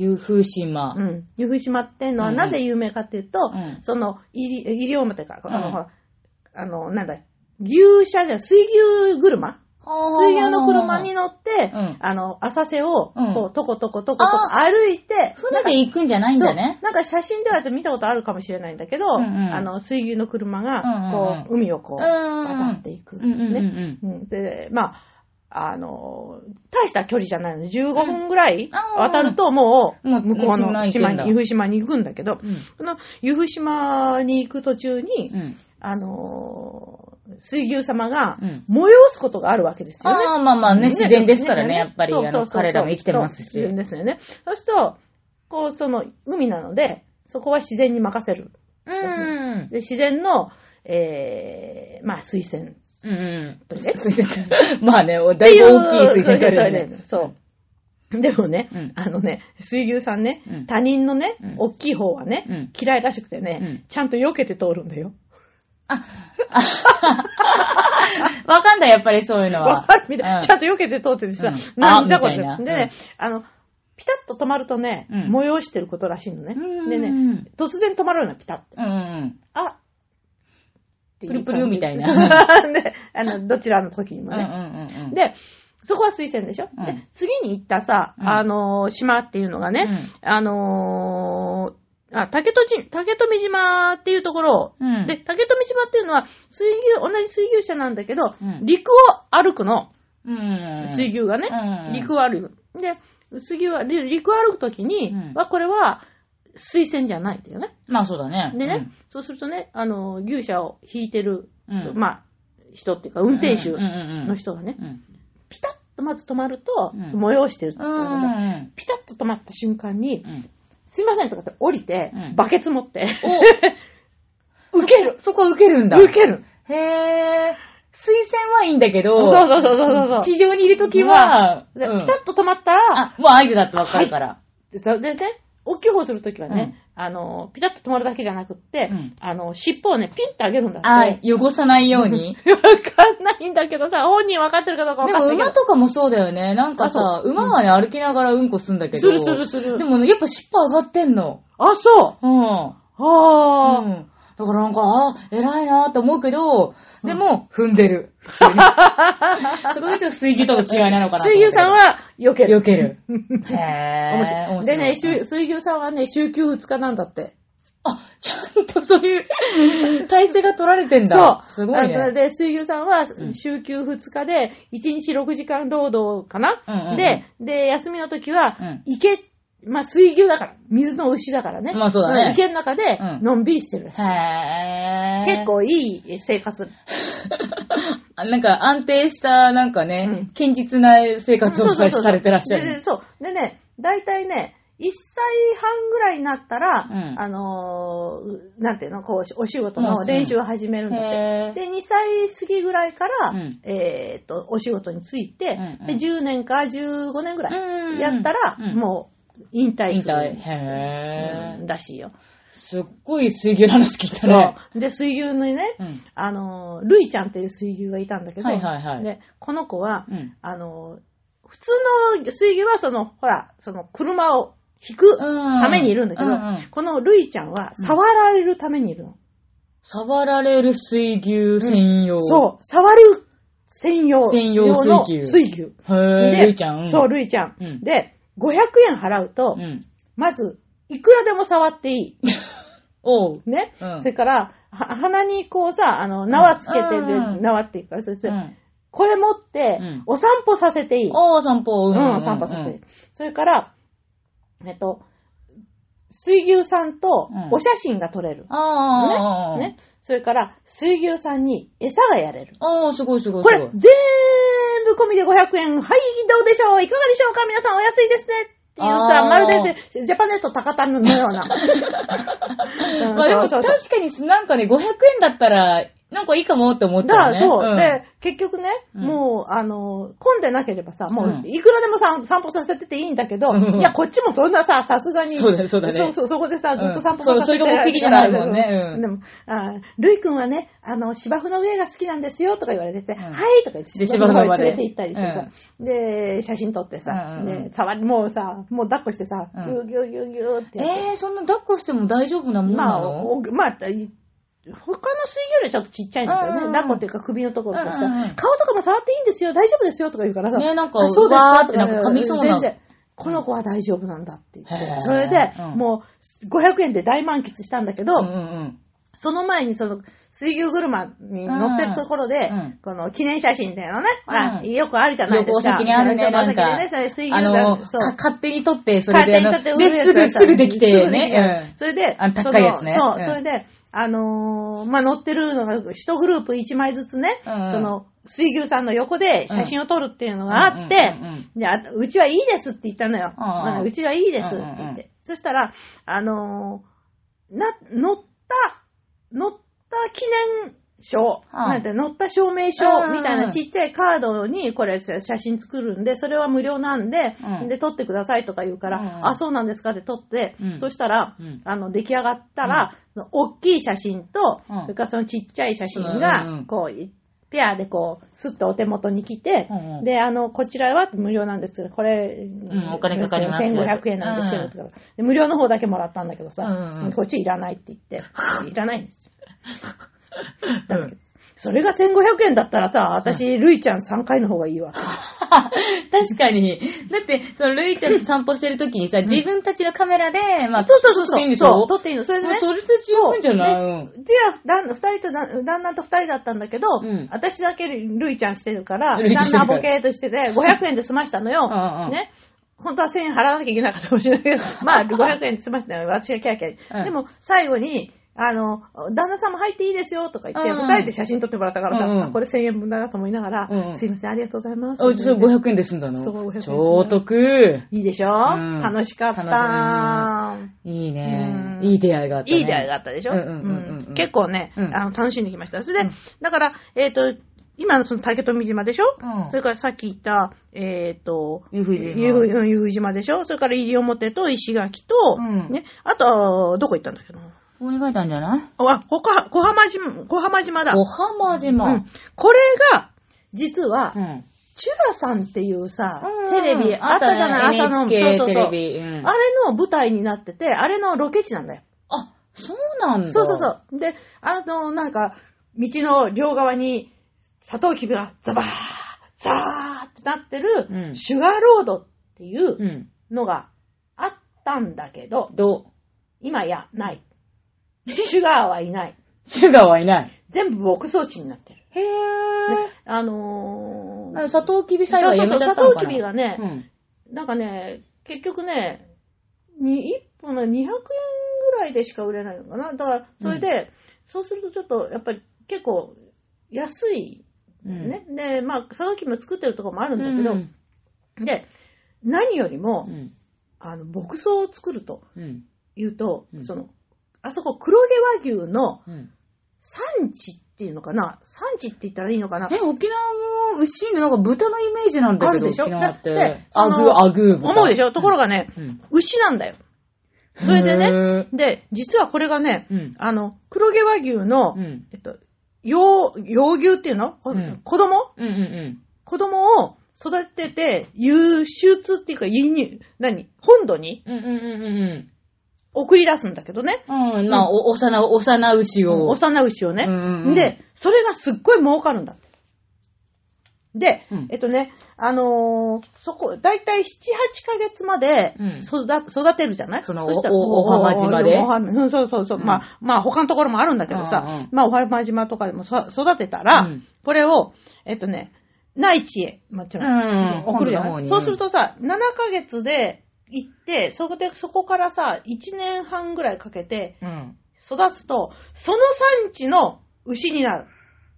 Speaker 1: ユーフーシマ。
Speaker 2: うん。由布島っての
Speaker 1: う
Speaker 2: は
Speaker 1: んうん
Speaker 2: なぜ有名かっていうと、
Speaker 1: うん
Speaker 2: その、西西表から、あ
Speaker 1: う
Speaker 2: の、
Speaker 1: ん
Speaker 2: ほら、あの、なんだ、牛車じゃ、水牛車水牛の車に乗って、
Speaker 1: うん
Speaker 2: あの、浅瀬を、
Speaker 1: うん
Speaker 2: こう、とことことこと
Speaker 1: あ
Speaker 2: 歩いて、
Speaker 1: 船で行くんじゃないんだ
Speaker 2: そ
Speaker 1: ね
Speaker 2: う。なんか写真では見たことあるかもしれないんだけど、
Speaker 1: うんうん
Speaker 2: あの、水牛の車が、
Speaker 1: うんうんうん
Speaker 2: こう、海をこう、
Speaker 1: うんうんうん
Speaker 2: 渡っていく。
Speaker 1: うんうんうん
Speaker 2: ね、うんで、まあ、あの、大した距離じゃないの。15分ぐらい
Speaker 1: あー
Speaker 2: 渡ると、もう、
Speaker 1: もう
Speaker 2: 向こう
Speaker 1: 島
Speaker 2: の島
Speaker 1: 行くんだ
Speaker 2: に、由布島に行くんだけど、
Speaker 1: うん
Speaker 2: この由布島に行く途中に、
Speaker 1: うん。
Speaker 2: あのー水牛様が
Speaker 1: うん
Speaker 2: 催すことがあるわけですよね。
Speaker 1: ああ、まあまあね、自然ですからね、やっぱり。あ
Speaker 2: そうそ
Speaker 1: の
Speaker 2: うそうそう
Speaker 1: 彼らも生きてます
Speaker 2: そう
Speaker 1: し。
Speaker 2: 自然ですよね。そうすると、こう、その、海なので、そこは自然に任せる。
Speaker 1: うん。
Speaker 2: で、自然の、えー、まあ、水仙
Speaker 1: うんうん。
Speaker 2: とね。
Speaker 1: 水仙まあね、だいぶ大きい水仙取れる
Speaker 2: ね
Speaker 1: ね。。
Speaker 2: そう。 でもね、
Speaker 1: うん
Speaker 2: あのね、水牛さんね、
Speaker 1: うん
Speaker 2: 他人のね、
Speaker 1: うん
Speaker 2: 大きい方はね、
Speaker 1: うん
Speaker 2: 嫌いらしくてね、
Speaker 1: うん
Speaker 2: ちゃんと避けて通るんだよ。
Speaker 1: わかんない、やっぱりそういうのは。
Speaker 2: わかるみたいな。
Speaker 1: うん
Speaker 2: ちゃんと避けて通っててさ、
Speaker 1: うん
Speaker 2: なんじゃ
Speaker 1: あ
Speaker 2: これ。
Speaker 1: み
Speaker 2: で
Speaker 1: たいな
Speaker 2: ね、あの、ピタッと止まるとね、
Speaker 1: うん
Speaker 2: 催してることらしいのね
Speaker 1: う。ん
Speaker 2: でね、突然止まるようなピタッと。
Speaker 1: うんうん
Speaker 2: あっていう感じ
Speaker 1: プルプルみたいな
Speaker 2: ね、あの、どちらの時に
Speaker 1: うん。
Speaker 2: も
Speaker 1: うんう
Speaker 2: ね。
Speaker 1: んうんうん。
Speaker 2: で、そこは推薦でしょ、
Speaker 1: うん
Speaker 2: で、次に行ったさ、
Speaker 1: うん
Speaker 2: あのー島っていうのがね、あのーあ、竹富島、竹富島っていうところを、
Speaker 1: うん
Speaker 2: で、竹富島っていうのは、水牛、同じ水牛車なんだけど、
Speaker 1: うん
Speaker 2: 陸を歩くの。
Speaker 1: うん。
Speaker 2: 水牛がね、
Speaker 1: うん
Speaker 2: 陸を歩く。で、水牛は、り陸を歩くときに、
Speaker 1: うん
Speaker 2: はこれは、水仙じゃないんだよね。
Speaker 1: まあそうだね。
Speaker 2: でね、そうするとね、あの、牛車を引いてる、
Speaker 1: うん
Speaker 2: まあ、人っていうか、運転手
Speaker 1: うんうんうんうん
Speaker 2: の人がね
Speaker 1: う、ん。
Speaker 2: ピタッとまず止まると、
Speaker 1: うん
Speaker 2: 催してるって
Speaker 1: う
Speaker 2: い
Speaker 1: ん。
Speaker 2: う
Speaker 1: う
Speaker 2: の
Speaker 1: ん
Speaker 2: が
Speaker 1: うん
Speaker 2: ピタッと止まった瞬間に、
Speaker 1: うん。
Speaker 2: すいませんとかって降りて、
Speaker 1: うん
Speaker 2: バケツ持って、
Speaker 1: お
Speaker 2: 受ける
Speaker 1: そこ受けるんだ。
Speaker 2: 受ける。
Speaker 1: へぇー。水仙はいいんだけど、
Speaker 2: そうそうそうそうそう。
Speaker 1: 地上にいるときは、
Speaker 2: で
Speaker 1: うん
Speaker 2: ピタッと止まったら、
Speaker 1: あ、もう合図だってわかるから。
Speaker 2: でそれでね、大きい方するときはね、あの、ピタッと止まるだけじゃなくって、
Speaker 1: うん
Speaker 2: あの、尻尾をね、ピンって上げるんだって。
Speaker 1: あ、汚さないように。
Speaker 2: わかんないんだけどさ、本人わかってるかどうかわ
Speaker 1: で
Speaker 2: かん
Speaker 1: も
Speaker 2: ないけど。
Speaker 1: 馬とかもそうだよね。なんかさ、馬はね、歩きながらうんこすんだけど。
Speaker 2: するするする
Speaker 1: でもね、やっぱ尻尾上がってんの。
Speaker 2: あ、そう。
Speaker 1: うん。
Speaker 2: ああ、
Speaker 1: うん。だからなんか、あ、偉いなーって思うけど、でも、踏んでる。普 通に。そこですよ、水牛との違いなのかなと思うけど。
Speaker 2: 水牛さんは避ける。
Speaker 1: 避ける。へぇー。
Speaker 2: 面白いでね、
Speaker 1: うん
Speaker 2: しゅ水牛さんはね、週休2日なんだって。
Speaker 1: ああ、ちゃんとそう いう体制が取られてんだ。すごい
Speaker 2: あ
Speaker 1: ね。
Speaker 2: で、水牛さんは
Speaker 1: うん
Speaker 2: 週休2日で、1日6時間労働かな、
Speaker 1: うんうんうん
Speaker 2: で、で、休みの時
Speaker 1: う
Speaker 2: は
Speaker 1: ん、
Speaker 2: 池、まあ、水牛だから、水の牛だからね。
Speaker 1: まあそうだね
Speaker 2: 池の中で
Speaker 1: う、ん
Speaker 2: のんびりしてるらしい。
Speaker 1: へー。
Speaker 2: 結。構いい生活。
Speaker 1: なんか安定した、なんかね、
Speaker 2: うん
Speaker 1: 堅実な生活を
Speaker 2: そうそうそうそう
Speaker 1: されてらっしゃ
Speaker 2: でで
Speaker 1: る。
Speaker 2: そう。でね、大体ね、1歳半ぐらいになったら、
Speaker 1: うん
Speaker 2: あのーなんていうの、こう、お仕事
Speaker 1: もう
Speaker 2: の
Speaker 1: うん
Speaker 2: 練習を始めるんだって。
Speaker 1: へー。
Speaker 2: で、2歳過ぎぐらいから、
Speaker 1: うん
Speaker 2: えーっと、お仕事に就いて、
Speaker 1: うんうん
Speaker 2: で10年か15年ぐら
Speaker 1: うんうん
Speaker 2: いやったら、
Speaker 1: うん
Speaker 2: もう引退
Speaker 1: 引
Speaker 2: する。
Speaker 1: 退。へ
Speaker 2: う
Speaker 1: ー
Speaker 2: ん。らしいよ。
Speaker 1: すっごい水牛の話聞いた
Speaker 2: そ
Speaker 1: ね。
Speaker 2: う。で、水牛のね、
Speaker 1: うん
Speaker 2: あのー、ルイちゃんっていう水牛がいたんだけど、
Speaker 1: はいはいはい
Speaker 2: でこの子は、
Speaker 1: うん
Speaker 2: あのー、普通の水牛はその、ほら、その車を引く
Speaker 1: うん
Speaker 2: ためにいるんだけど、
Speaker 1: ううん
Speaker 2: このルイちゃんは触られるためにいるの。
Speaker 1: 触られる水牛専用。
Speaker 2: そう、触る専用
Speaker 1: 専用水牛
Speaker 2: 用の水牛。
Speaker 1: う。へ
Speaker 2: で
Speaker 1: ー、るいちゃん。
Speaker 2: そう、ルイちゃん。
Speaker 1: うん
Speaker 2: で、500円払うと、
Speaker 1: うん。
Speaker 2: まず、いくらでも触っていい。
Speaker 1: おう。
Speaker 2: ね。
Speaker 1: うん
Speaker 2: それから、は鼻にこうさ、あの、縄つけて、
Speaker 1: うん
Speaker 2: で
Speaker 1: うん
Speaker 2: 縄っていうから、そして、
Speaker 1: うん
Speaker 2: これ持って
Speaker 1: うん、
Speaker 2: お散歩させていい。
Speaker 1: おー、散歩。
Speaker 2: う、
Speaker 1: うんん。
Speaker 2: 散歩させていい
Speaker 1: うん。
Speaker 2: それから、えっと、水牛さんと
Speaker 1: うん
Speaker 2: お写真が撮れる。
Speaker 1: あー。
Speaker 2: ね。それから、水牛さんに餌がやれる。
Speaker 1: おー、すごいすごいすご
Speaker 2: こ
Speaker 1: い。
Speaker 2: れ、全部込みで500円。はい、どうでしょういかがでしょうか皆さんお安いですねっていうさ、
Speaker 1: あー
Speaker 2: まるで、ジャパネット高田のよう な。うん
Speaker 1: まあでも
Speaker 2: そう
Speaker 1: 確
Speaker 2: そう
Speaker 1: かになんかね、500円だったら、なんかいいかもって思った
Speaker 2: だから
Speaker 1: ね。
Speaker 2: そう。
Speaker 1: ん
Speaker 2: で、結局ね、
Speaker 1: うん
Speaker 2: もう、あの、混んでなければさ、もう
Speaker 1: う、ん
Speaker 2: いくらでもさ散歩させてていいんだけど、
Speaker 1: うん
Speaker 2: いや、こっちもそんなさ、さすがに。
Speaker 1: そうだねそうだね
Speaker 2: そうそう、そこでさ、ずっと散歩
Speaker 1: うん
Speaker 2: させ
Speaker 1: そう
Speaker 2: て
Speaker 1: それが目的じゃないもんねうん
Speaker 2: でも、あールイ君はね、あの、芝生の上が好きなんですよ、とか言われてて、
Speaker 1: ん
Speaker 2: はい、とか言って、
Speaker 1: で芝生の上まで
Speaker 2: 連れて行ったりしてさ、で、写真撮ってさ、
Speaker 1: うんうんうん
Speaker 2: ね、触り、もうさ、もう抱っこしてさ、
Speaker 1: うん
Speaker 2: ぎゅうぎゅうぎゅうぎゅうってやって。
Speaker 1: えー、そんな抱っこしても大丈夫なもん
Speaker 2: ま
Speaker 1: な
Speaker 2: あ、
Speaker 1: の
Speaker 2: おまあ、他の水魚よりちょっとちっちゃいんだけどね。
Speaker 1: うんうん
Speaker 2: 抱っこっていうか首のところとかさ、
Speaker 1: うんうんうん
Speaker 2: 顔とかも触っていいんですよ、大丈夫ですよとか言うからさ。
Speaker 1: ねなんか
Speaker 2: あそうです
Speaker 1: わ
Speaker 2: か
Speaker 1: ーってなんか噛みそうな
Speaker 2: 全然。この子は大丈夫なんだって言っ
Speaker 1: へ
Speaker 2: て。
Speaker 1: ー
Speaker 2: それで、
Speaker 1: うん
Speaker 2: もう、500円で大満喫したんだけど、
Speaker 1: うんうんうん。
Speaker 2: その前にその、水牛車に乗ってるところで、
Speaker 1: うん
Speaker 2: この記念写真っていうのね、ほら
Speaker 1: うん
Speaker 2: よくあるじゃな
Speaker 1: 旅
Speaker 2: いです
Speaker 1: 行
Speaker 2: か。
Speaker 1: 先にあるね、
Speaker 2: 旅行
Speaker 1: なん
Speaker 2: 先
Speaker 1: か。
Speaker 2: でね、それ水牛
Speaker 1: あ
Speaker 2: が
Speaker 1: の、か
Speaker 2: そう
Speaker 1: 勝手に撮って、それ
Speaker 2: 勝
Speaker 1: で、
Speaker 2: 手
Speaker 1: あ
Speaker 2: に
Speaker 1: の
Speaker 2: 取って、売
Speaker 1: で、
Speaker 2: るや
Speaker 1: す
Speaker 2: つだ
Speaker 1: ぐ、
Speaker 2: った
Speaker 1: すぐできてね。
Speaker 2: すぐできた
Speaker 1: あの
Speaker 2: それで、
Speaker 1: 高いやつね
Speaker 2: そのそう、
Speaker 1: うん
Speaker 2: それで、あのーまあ、乗ってるのが、一グループ一枚ずつね、
Speaker 1: うんうん
Speaker 2: その、水牛さんの横で写真を撮るっていうのがあって、
Speaker 1: うんうんうん
Speaker 2: であうちはいいですって言ったのよ。
Speaker 1: うん
Speaker 2: まあうちはいいですって言って。
Speaker 1: うんうんうん
Speaker 2: そしたら、あのーな、乗った、乗った記念証、
Speaker 1: はい
Speaker 2: なんて乗った証明書
Speaker 1: うんうんうん
Speaker 2: みたいなちっちゃいカードにこれ写真作るんで、それは無料なんで、
Speaker 1: うん
Speaker 2: で、撮ってくださいとか言うから、
Speaker 1: うんうん
Speaker 2: あ、そうなんですかって撮って、
Speaker 1: うん
Speaker 2: そしたら、
Speaker 1: うん
Speaker 2: あの、出来上がったら、大きい写真と、
Speaker 1: うん
Speaker 2: それからそのちっちゃい写真
Speaker 1: うんう
Speaker 2: が
Speaker 1: ん、
Speaker 2: こう、ペアでこう、スッとお手元に来て、
Speaker 1: うんうん
Speaker 2: で、あの、こちらは無料なんですけど、これ、
Speaker 1: んお金かかります
Speaker 2: 1500円なんですけど、
Speaker 1: うん
Speaker 2: とかで無料の方だけもらったんだけどさ、
Speaker 1: うんうん
Speaker 2: こっちいらないって言 って、いらないんですよ。だけどそれが1500円だったらさ、私、ルイちゃん3回の方がいい わ。
Speaker 1: 確かに。だって、その、ルイちゃんと散歩してる時にさ、自分たちのカメラで、まあ、
Speaker 2: そうそうそう
Speaker 1: 撮っていいんで
Speaker 2: そう。
Speaker 1: しょ
Speaker 2: そう、撮っていいの。それで
Speaker 1: もう
Speaker 2: ね。
Speaker 1: それで十分じゃない
Speaker 2: そう
Speaker 1: うん
Speaker 2: でじゃあ、旦二人と旦、旦那と二人だったんだけど、
Speaker 1: うん
Speaker 2: 私だけルイちゃんしてるから、
Speaker 1: ルイちゃん
Speaker 2: 旦
Speaker 1: してる
Speaker 2: 那
Speaker 1: から
Speaker 2: ボケーとしてて、500円で済ましたのよ。
Speaker 1: うんうん
Speaker 2: ね。本当は1000円払わなきゃいけなかったかもしれない けど、まあ、500円で済ましたのよ。私がキャーキャー。
Speaker 1: うん
Speaker 2: でも、最後に、あの、旦那さんも入っていいですよとか言って、
Speaker 1: うんうん
Speaker 2: 二人で写真撮ってもらったからさ、
Speaker 1: うんうん
Speaker 2: あこれ1000円分だなと思いながら、
Speaker 1: うんうん
Speaker 2: すいません、ありがとうございます。
Speaker 1: お、それ500円で済んだの
Speaker 2: そう500円で済んだ
Speaker 1: 超得。
Speaker 2: いいでしょ、
Speaker 1: うん
Speaker 2: 楽しかった。
Speaker 1: 楽いいね
Speaker 2: う。ん
Speaker 1: いい出会いがあったね。
Speaker 2: いい出会いがあったでしょ、
Speaker 1: うんうんうんうん
Speaker 2: うん結構ね、
Speaker 1: うん
Speaker 2: あの楽しんできました。それ
Speaker 1: う
Speaker 2: で、
Speaker 1: ん
Speaker 2: だから、えっ、と、今のその竹富島でしょ、
Speaker 1: うん
Speaker 2: それからさっき言った、えっ、と、
Speaker 1: 湯布島
Speaker 2: 湯布うん湯布島でしょそれから西表と石垣と、
Speaker 1: うん
Speaker 2: ね、あと、どこ行ったんだっけど。
Speaker 1: ここに書いたんじゃない
Speaker 2: あ、ほか、小浜島、小浜島だ。
Speaker 1: お浜
Speaker 2: う
Speaker 1: 島。
Speaker 2: ん、これが、実は、
Speaker 1: うん
Speaker 2: チュラさんっていうさ
Speaker 1: うん、
Speaker 2: テレビあったじゃない、
Speaker 1: あったね
Speaker 2: 朝の。
Speaker 1: NHK
Speaker 2: そうそうそう。あ
Speaker 1: テレビ
Speaker 2: れ
Speaker 1: うん
Speaker 2: の舞台になってて、あれのロケ地なんだよ。
Speaker 1: あ、そうなんだ。
Speaker 2: そうそうそう。で、あの、なんか、道の両側に、サトウキビがザバー、ザーってなって
Speaker 1: う
Speaker 2: る、
Speaker 1: ん。
Speaker 2: シュガーロードっていううんのがあったんだけど、
Speaker 1: ど、
Speaker 2: 今やない。シュガーはいない。
Speaker 1: シュガーはいない。
Speaker 2: 全部牧草地になってる。
Speaker 1: へぇ
Speaker 2: あの
Speaker 1: ー。
Speaker 2: ー、
Speaker 1: サトウキビ栽培やめちゃったのかな
Speaker 2: そうそうそう、サトウキビがね、
Speaker 1: うん。
Speaker 2: なんかね、結局ね、に1本ね、200円ぐらいでしか売れないのかな。だから、それで、そうするとちょっと、やっぱり結構安い、
Speaker 1: うん
Speaker 2: ね。で、まあ、佐渡金も作ってるところもあるんだけ
Speaker 1: う
Speaker 2: ど、
Speaker 1: ん
Speaker 2: で、何よりも、
Speaker 1: うん。
Speaker 2: あの、牧草を作ると
Speaker 1: うん。
Speaker 2: いうと、
Speaker 1: うん
Speaker 2: その、あそこ黒毛和牛の
Speaker 1: うん。
Speaker 2: 産地っていうのかな産地って言ったらいいのかな
Speaker 1: え、沖縄も牛のなんか豚のイメージなんだけど、
Speaker 2: あるでしょ
Speaker 1: 沖縄っ
Speaker 2: だって
Speaker 1: て。
Speaker 2: あ
Speaker 1: ア
Speaker 2: の
Speaker 1: グ、アグ豚。
Speaker 2: 思うでしょところがね、
Speaker 1: うん。
Speaker 2: 牛なんだよ。それでね、
Speaker 1: ね。
Speaker 2: で、実はこれがね、
Speaker 1: うん。
Speaker 2: あの、黒毛和牛の、
Speaker 1: うん。
Speaker 2: えっと、幼、幼牛っていうの、
Speaker 1: うん
Speaker 2: 子供
Speaker 1: うんうん
Speaker 2: 子供を育てて、輸出っていうか輸入、何本土に
Speaker 1: うん。うんうんうんうん
Speaker 2: 送り出すんだけどね。
Speaker 1: うん。うん、まあ、お、幼、幼牛を。
Speaker 2: 幼牛をね、
Speaker 1: うんうんうん
Speaker 2: で、それがすっごい儲かるんだって。で、
Speaker 1: うん
Speaker 2: えっとね、あのーそこ、だいたい7、8ヶ月まで
Speaker 1: うん
Speaker 2: 育,、育てるじゃない
Speaker 1: その
Speaker 2: そしたら
Speaker 1: おおお浜島で
Speaker 2: おお浜うん、そうそうそう。
Speaker 1: うん
Speaker 2: まあ、まあ他のところもあるんだけどさ、
Speaker 1: うんうん
Speaker 2: まあ、お浜島とかでもそ育てたら、
Speaker 1: うん
Speaker 2: これを、えっとね、内地へ、もちろん、
Speaker 1: うん
Speaker 2: 送るじゃ
Speaker 1: 本土の方
Speaker 2: ない
Speaker 1: に
Speaker 2: そうするとさ、7ヶ月で行って、そこで、そこからさ、1年半ぐらいかけて、
Speaker 1: うん。
Speaker 2: 育つと、その産地の牛になる。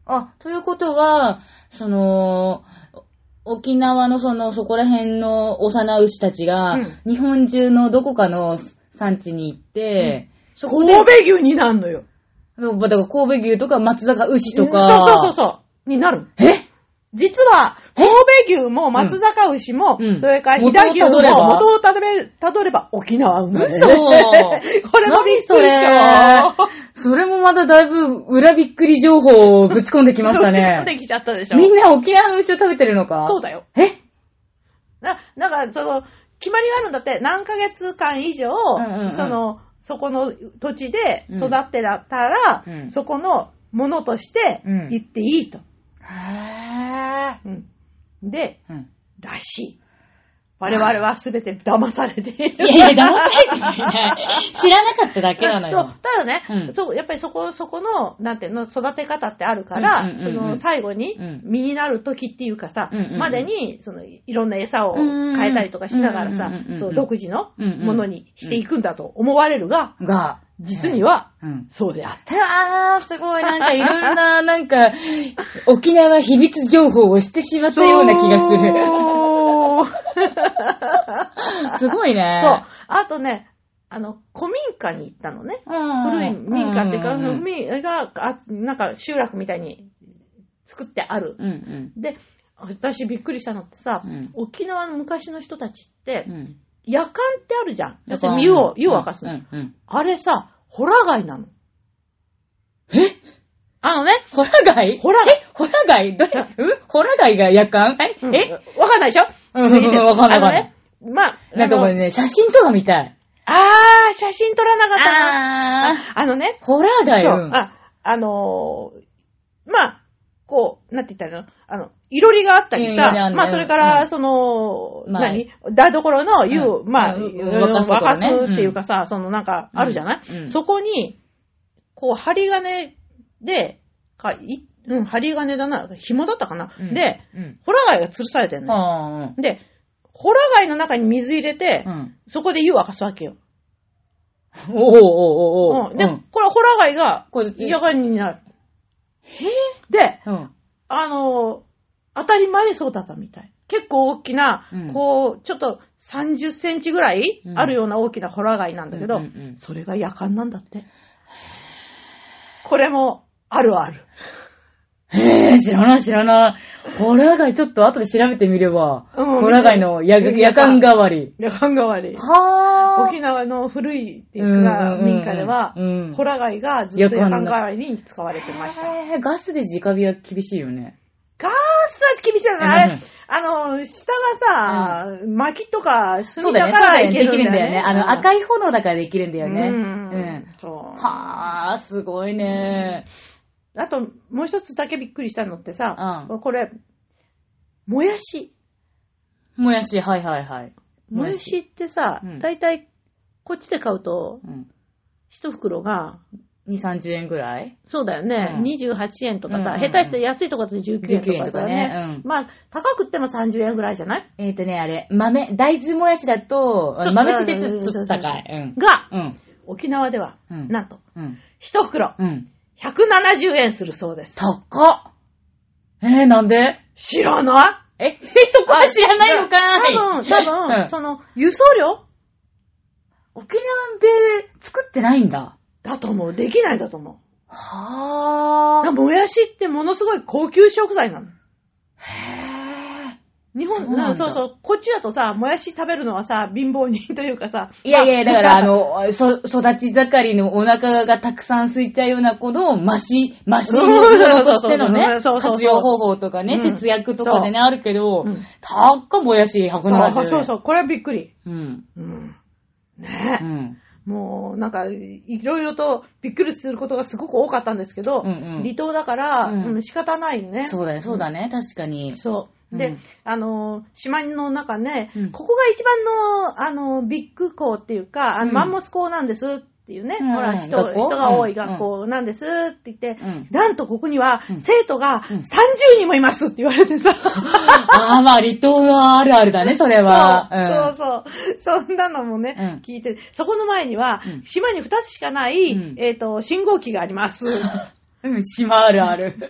Speaker 1: あ、ということは、その、お沖縄のその、そこら辺の幼牛たちが、
Speaker 2: うん
Speaker 1: 日本中のどこかの産地に行って、そこ
Speaker 2: 神
Speaker 1: で、
Speaker 2: 戸牛になるのよ。
Speaker 1: だから神戸牛とか松坂牛と
Speaker 2: う
Speaker 1: か、
Speaker 2: んそうそうそうそう。になる。
Speaker 1: え
Speaker 2: 実は、神戸牛も松坂牛も、
Speaker 1: うん
Speaker 2: それから飛騨牛
Speaker 1: 元をたど
Speaker 2: も
Speaker 1: れば
Speaker 2: 元をたどれたどれば沖縄生まれ。
Speaker 1: 嘘
Speaker 2: これもびっ くりした
Speaker 1: 何。それもまただいぶ裏びっくり情報をぶち込んできま した
Speaker 2: うちもで
Speaker 1: ね。
Speaker 2: きちゃったでしょ。
Speaker 1: みんな沖縄の牛を食べてるのか
Speaker 2: そうだよ。
Speaker 1: え
Speaker 2: な、なんか、その、決まりがあるんだって、何ヶ月間以上、
Speaker 1: んうんうん
Speaker 2: その、そこの土地で
Speaker 1: うん
Speaker 2: 育ってらったら、
Speaker 1: うん
Speaker 2: そこのものとして
Speaker 1: うん
Speaker 2: 言っていいと。
Speaker 1: へぇ
Speaker 2: うんで、
Speaker 1: ー。うん
Speaker 2: らしい。我々は全て騙されて いる。
Speaker 1: いやいや、騙されてない。 知らなかっただけなの
Speaker 2: そう
Speaker 1: よ。、
Speaker 2: ただね、
Speaker 1: うん
Speaker 2: そう、やっぱりそこ、そこの、なんていうの、育て方ってあるから、
Speaker 1: うんうんうんうん
Speaker 2: その、最後に
Speaker 1: うん、
Speaker 2: 実になる時っていうかさ、
Speaker 1: うんうんうん
Speaker 2: までに、その、いろんな餌を
Speaker 1: うんうんうん
Speaker 2: 変えたりとかしながらさ
Speaker 1: うんうんうんう、ん
Speaker 2: そう、独自の
Speaker 1: うんうん
Speaker 2: ものにしていくんだと思われるが、
Speaker 1: が、
Speaker 2: 実には、
Speaker 1: うん。
Speaker 2: そうであった。
Speaker 1: あー、すごい、なんかいろんな、 なんか、沖縄秘密情報をしてしまったような気がする。
Speaker 2: そう
Speaker 1: すごいね。
Speaker 2: そう。あとね、あの、古民家に行ったのね。
Speaker 1: うん。
Speaker 2: 古い民家っていうか、
Speaker 1: うんうん
Speaker 2: 民家が、あなんか集落みたいに作ってある。
Speaker 1: うん。
Speaker 2: で、私びっくりしたのってさ、
Speaker 1: うん
Speaker 2: 沖縄の昔の人たちって
Speaker 1: う、ん。
Speaker 2: 夜間ってあるじゃん。だって湯を、湯を沸かす
Speaker 1: う
Speaker 2: の。
Speaker 1: ん。うん。
Speaker 2: あれさ、ホラ貝なの。
Speaker 1: え
Speaker 2: あのね、
Speaker 1: ホラ貝
Speaker 2: ホラ貝
Speaker 1: えホラ貝どれうんホラ貝が夜間え
Speaker 2: うん
Speaker 1: え
Speaker 2: わかんないでしょ
Speaker 1: うんうんうんわかんない
Speaker 2: あのね、まあ、
Speaker 1: なんかこれ
Speaker 2: あの
Speaker 1: ね、写真とか見たい。
Speaker 2: あー、写真撮らなかったな。
Speaker 1: あー。
Speaker 2: あのね、
Speaker 1: ホラ貝
Speaker 2: そうう、
Speaker 1: ん。
Speaker 2: あ、あのーまあ、こう、なんて言ったらいいのあの、いろりがあったり
Speaker 1: いろ
Speaker 2: さ
Speaker 1: りあ、んだよ
Speaker 2: まあ、それか
Speaker 1: う
Speaker 2: ら、
Speaker 1: ん
Speaker 2: その、
Speaker 1: まあ
Speaker 2: 何台所の湯を、
Speaker 1: うん
Speaker 2: まあ、
Speaker 1: うんうん
Speaker 2: 沸
Speaker 1: 沸
Speaker 2: か
Speaker 1: か
Speaker 2: す
Speaker 1: すところね
Speaker 2: っていうかさ、そのなんか、あるじゃない、
Speaker 1: うんうん
Speaker 2: そこに、こう、針金で、か、い、うん、針金だな、紐だったかな、
Speaker 1: うん
Speaker 2: で、、
Speaker 1: うん。
Speaker 2: ホラ貝が吊るされてんのよ、
Speaker 1: あ
Speaker 2: で、ホラ貝の中に水入れて、
Speaker 1: ーうん。
Speaker 2: そこで湯沸かすわけよ。
Speaker 1: おーおーおーおー
Speaker 2: うん。で、これホラ貝が
Speaker 1: これ、
Speaker 2: 嫌がりになる。へで、
Speaker 1: うん。
Speaker 2: あの、当たり前そうだったみたい。結構大きな、
Speaker 1: うん
Speaker 2: こう、ちょっと30センチぐらい
Speaker 1: うん
Speaker 2: あるような大きなホラ貝なんだけど、
Speaker 1: うんうんうん
Speaker 2: それが夜間なんだって。これも、あるある。
Speaker 1: へえ、知らない知らない。ホラ貝ちょっと後で調べてみれば。
Speaker 2: うん
Speaker 1: ホラ貝のや
Speaker 2: うん
Speaker 1: 夜間代わり。
Speaker 2: 夜間代わり。
Speaker 1: は
Speaker 2: 沖縄の古いっていうか、
Speaker 1: うんうんうん
Speaker 2: 民家では、
Speaker 1: うん
Speaker 2: ホラ貝がずっと夜
Speaker 1: 夜間の
Speaker 2: 間代わりに使われてました。
Speaker 1: へえ、ガスで直火は厳しいよね。
Speaker 2: ガースは厳しいよね。あ
Speaker 1: う
Speaker 2: れ
Speaker 1: ん、
Speaker 2: あの、下がさ、薪とか
Speaker 1: そう
Speaker 2: 炭
Speaker 1: だよ
Speaker 2: だ
Speaker 1: ね。
Speaker 2: か
Speaker 1: そうだ
Speaker 2: ら
Speaker 1: よ
Speaker 2: い
Speaker 1: ね。で
Speaker 2: ける
Speaker 1: き
Speaker 2: ん
Speaker 1: るん
Speaker 2: だ
Speaker 1: だ
Speaker 2: よ
Speaker 1: よ
Speaker 2: ね。
Speaker 1: ね。あの、赤い炎だからできるんだよね。
Speaker 2: う
Speaker 1: うんん。
Speaker 2: そう
Speaker 1: はあ、すごいね。
Speaker 2: あと、もう一つだけびっくりしたのってさ、
Speaker 1: う
Speaker 2: これ、もやし。
Speaker 1: もやし、はいはいはい。
Speaker 2: もやし。ってさ
Speaker 1: うん、
Speaker 2: 大体、こっちで買うと、
Speaker 1: うん。
Speaker 2: 一袋が、
Speaker 1: 2、30円ぐらい
Speaker 2: そうだよね。
Speaker 1: うん
Speaker 2: 28円とかさ、
Speaker 1: うんうんうん
Speaker 2: 下手して安いとこだと19
Speaker 1: ?19
Speaker 2: 円
Speaker 1: 円
Speaker 2: と
Speaker 1: と
Speaker 2: か
Speaker 1: か
Speaker 2: さ
Speaker 1: ね。
Speaker 2: ね。
Speaker 1: うん。
Speaker 2: まあ、高くっても30円ぐらいじゃない
Speaker 1: えっ、ー、とね、あれ、豆、大豆もやしだと
Speaker 2: ちょっと、
Speaker 1: 豆つけてちょっと高い。うん。
Speaker 2: が、
Speaker 1: うん。
Speaker 2: 沖縄では、
Speaker 1: うん
Speaker 2: なんと、
Speaker 1: うん。
Speaker 2: 一袋、
Speaker 1: うん。
Speaker 2: 170円するそうです。
Speaker 1: 高っえー、なんで
Speaker 2: 知らな
Speaker 1: え、 そこは知らないのか
Speaker 2: い
Speaker 1: い
Speaker 2: 多分、多分、
Speaker 1: うん
Speaker 2: その、輸送量
Speaker 1: 沖縄で作ってないんだ。
Speaker 2: だと思う。できないだと思う。
Speaker 1: は
Speaker 2: なんかもやしってものすごい高級食材なの。
Speaker 1: ぁ。へ
Speaker 2: 日本、
Speaker 1: そうなんだ
Speaker 2: そうそう、こっちだとさ、もやし食べるのはさ、貧乏人というかさ。
Speaker 1: いやいや、だから、あ
Speaker 2: の、
Speaker 1: の、そ、育ち盛りのお腹がたくさん空いちゃうような子の、マシ、マシのものとしてのね、
Speaker 2: そうそうそうそうそうそう
Speaker 1: 活用方法とかね、
Speaker 2: うん
Speaker 1: 節約とかでね、あるけど
Speaker 2: うん、
Speaker 1: たっかもやし170円。
Speaker 2: そうそう
Speaker 1: う。
Speaker 2: そう、これはびっくり。
Speaker 1: うん。
Speaker 2: うん。
Speaker 1: う
Speaker 2: ね
Speaker 1: ん。
Speaker 2: え。もう、なんか、いろいろとびっくりすることがすごく多かったんですけど、
Speaker 1: うんうん
Speaker 2: 離島だから、
Speaker 1: うん
Speaker 2: うん仕方ないよね。
Speaker 1: そうだね、そうだね、確かに。
Speaker 2: そう。
Speaker 1: う
Speaker 2: で、
Speaker 1: ん
Speaker 2: あのー、島の中ね、
Speaker 1: うん
Speaker 2: ここが一番の、あのー、ビッグ校っていうか、あの
Speaker 1: うん
Speaker 2: マンモス校なんですっていうね、
Speaker 1: うん
Speaker 2: ほら人、
Speaker 1: 学校
Speaker 2: 人が多
Speaker 1: う
Speaker 2: い
Speaker 1: ん
Speaker 2: 学校なんですって言って、
Speaker 1: うん
Speaker 2: なんとここには
Speaker 1: うん
Speaker 2: 生徒が
Speaker 1: うん
Speaker 2: 30人もいますって言われてさ、
Speaker 1: ああ、まあ、離島はあるあるだね、それは。うん。
Speaker 2: そうそうそう。そんなのもね、
Speaker 1: うん
Speaker 2: 聞いて、そこの前には、
Speaker 1: うん
Speaker 2: 島に2つしかない、
Speaker 1: うん
Speaker 2: えっ、と、信号機があります。
Speaker 1: うん、島あるある。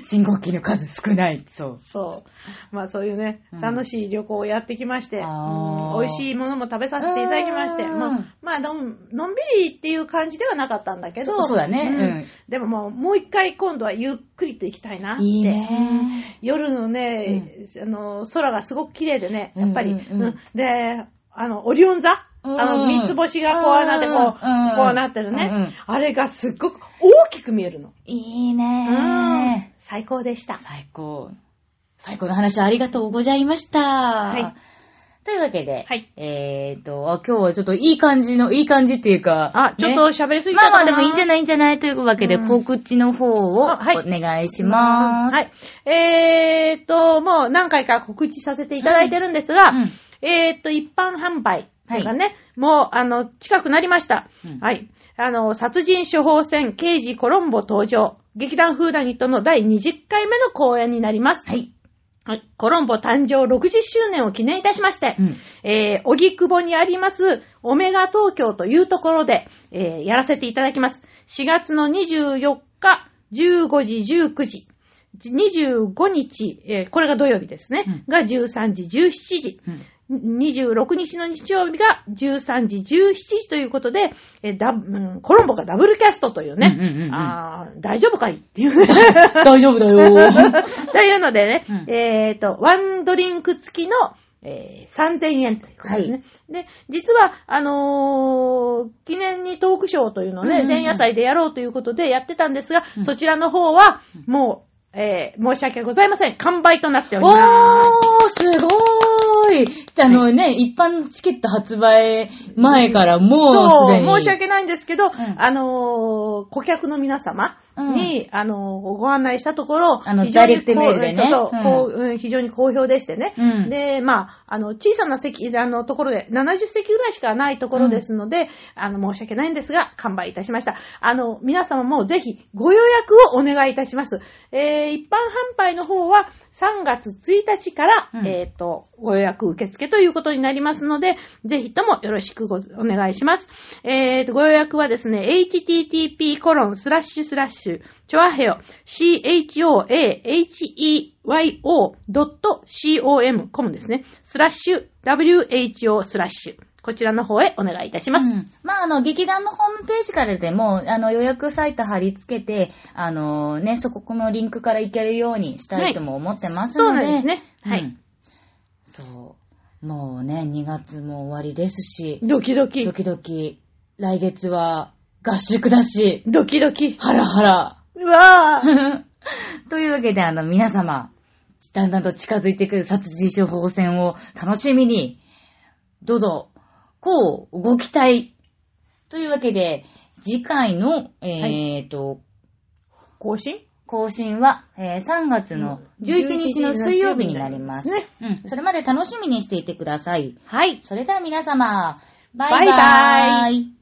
Speaker 1: 信号機の数少ない。そう。
Speaker 2: そう。まあそういうね
Speaker 1: う、ん
Speaker 2: 楽しい旅行をやってきまして、
Speaker 1: あー
Speaker 2: うん美味しいものも食べさせていただきまして、
Speaker 1: うん
Speaker 2: まあ、まあのん、のんびりっていう感じではなかったんだけど、
Speaker 1: そそうだね
Speaker 2: ん
Speaker 1: うん
Speaker 2: でももう、もう一回今度はゆっくりと行きたいなって。
Speaker 1: いいね。
Speaker 2: 夜のね、あの、空がすごく綺麗でね、やっぱり、
Speaker 1: うんうんうん
Speaker 2: うんで、あの、オリオン座あ
Speaker 1: うん
Speaker 2: の、三つ星がこうなって、こう、
Speaker 1: うんうんうん
Speaker 2: こうなってるね、
Speaker 1: うんうん
Speaker 2: あれがすっごく大きく見えるの。
Speaker 1: いいうね
Speaker 2: ん。最高でした。
Speaker 1: 最高。最高の話ありがとうございました。
Speaker 2: い
Speaker 1: というわけで、
Speaker 2: はい
Speaker 1: えーと、あ今日はちょっといい感じの、いい感じっていうか、
Speaker 2: あ、ちょっと
Speaker 1: ね
Speaker 2: 喋りすぎち
Speaker 1: ま
Speaker 2: ゃ
Speaker 1: あ
Speaker 2: った
Speaker 1: ま
Speaker 2: か
Speaker 1: あ
Speaker 2: な
Speaker 1: でもいいんじゃないんじゃないというわけで、
Speaker 2: うん
Speaker 1: 告知の方をお
Speaker 2: あはい
Speaker 1: 願いします。
Speaker 2: はい。えーっと、もう何回か告知させていただいてるんですが、
Speaker 1: うん
Speaker 2: えーっと、一般販売というかね、もう、あの、近くなりました。
Speaker 1: うん
Speaker 2: はい。あの、殺人処方箋刑事コロンボ登場、劇団フーダニットの第20回目の公演になります。
Speaker 1: はい。
Speaker 2: はいコロンボ誕生60周年を記念いたしまして、
Speaker 1: うん
Speaker 2: えー、荻窪にあります、オメガ東京というところで、えーやらせていただきます。4月の24日、15時、19時。25日、えーこれが土曜日ですね。が13時、17時。
Speaker 1: うん
Speaker 2: 26日の日曜日が13時17時ということで、えーダブうんコロンボがダブルキャストというね、
Speaker 1: うんうんうんうん
Speaker 2: あー大丈夫かいっていうね。
Speaker 1: 大丈夫だよ。
Speaker 2: というのでね、
Speaker 1: うん
Speaker 2: えっ、と、ワンドリンク付きの、えー3000円ということですね。で、実は、あのー記念にトークショーというのをね、
Speaker 1: うんうんうん
Speaker 2: 前夜祭でやろうということでやってたんですが、そちらの方は、もう、えー申し訳ございません。完売となっており
Speaker 1: お
Speaker 2: ま
Speaker 1: ー、すごーい。あのね、一般チケット発売前から
Speaker 2: す。
Speaker 1: もうす
Speaker 2: そ
Speaker 1: で
Speaker 2: う、
Speaker 1: に。
Speaker 2: 申し訳ないんですけど、
Speaker 1: ん
Speaker 2: あのー顧客の皆様に、あのーご案内したところ、
Speaker 1: あの
Speaker 2: 非
Speaker 1: ダ
Speaker 2: 常に
Speaker 1: イレクトメールでね
Speaker 2: こうそう
Speaker 1: うん
Speaker 2: こううん非常に好評でしてね、
Speaker 1: うん
Speaker 2: で、まあ、あの、小さな席、あの、ところで、70席ぐらいしかないところですので、あの、申し訳ないんですが、完売いたしました。あの、皆様もぜひ、ご予約をお願いいたします。えー、一般販売の方は、3月1日から、
Speaker 1: うん
Speaker 2: えっ、と、ご予約受付ということになりますので、ぜひともよろしくごお願いします。えー、と、ご予約はですね、http:// コロンスラッシュスラッシュ、チョアヘオ、choaheyo.com コムですね。スラッシュ、who スラッシュ。こちらの方へお願いいたします。
Speaker 1: うんまあ、あの、劇団のホームページからでも、あの、予約サイト貼り付けて、あのね、そこのリンクから行けるようにしたいとも思ってます
Speaker 2: そう
Speaker 1: ので。
Speaker 2: なんですね。は
Speaker 1: う
Speaker 2: い。
Speaker 1: んそう。もうね、2月も終わりですし、
Speaker 2: ドキドキ
Speaker 1: ド。キドキ、来月は合宿だし、
Speaker 2: ドキドキ。
Speaker 1: ハラハラ。
Speaker 2: う わー。
Speaker 1: というわけで、あの、皆様、だんだんと近づいてくる殺人処方箋を楽しみに、どうぞ、こう、ご期待。というわけで、次回の、えーと、
Speaker 2: 更新
Speaker 1: 更新は、えー3月の11日の水曜日になります。
Speaker 2: ね
Speaker 1: うん。それまで楽しみにしていてください。
Speaker 2: はい。
Speaker 1: それでは皆様、バイバ
Speaker 2: バイバ
Speaker 1: イ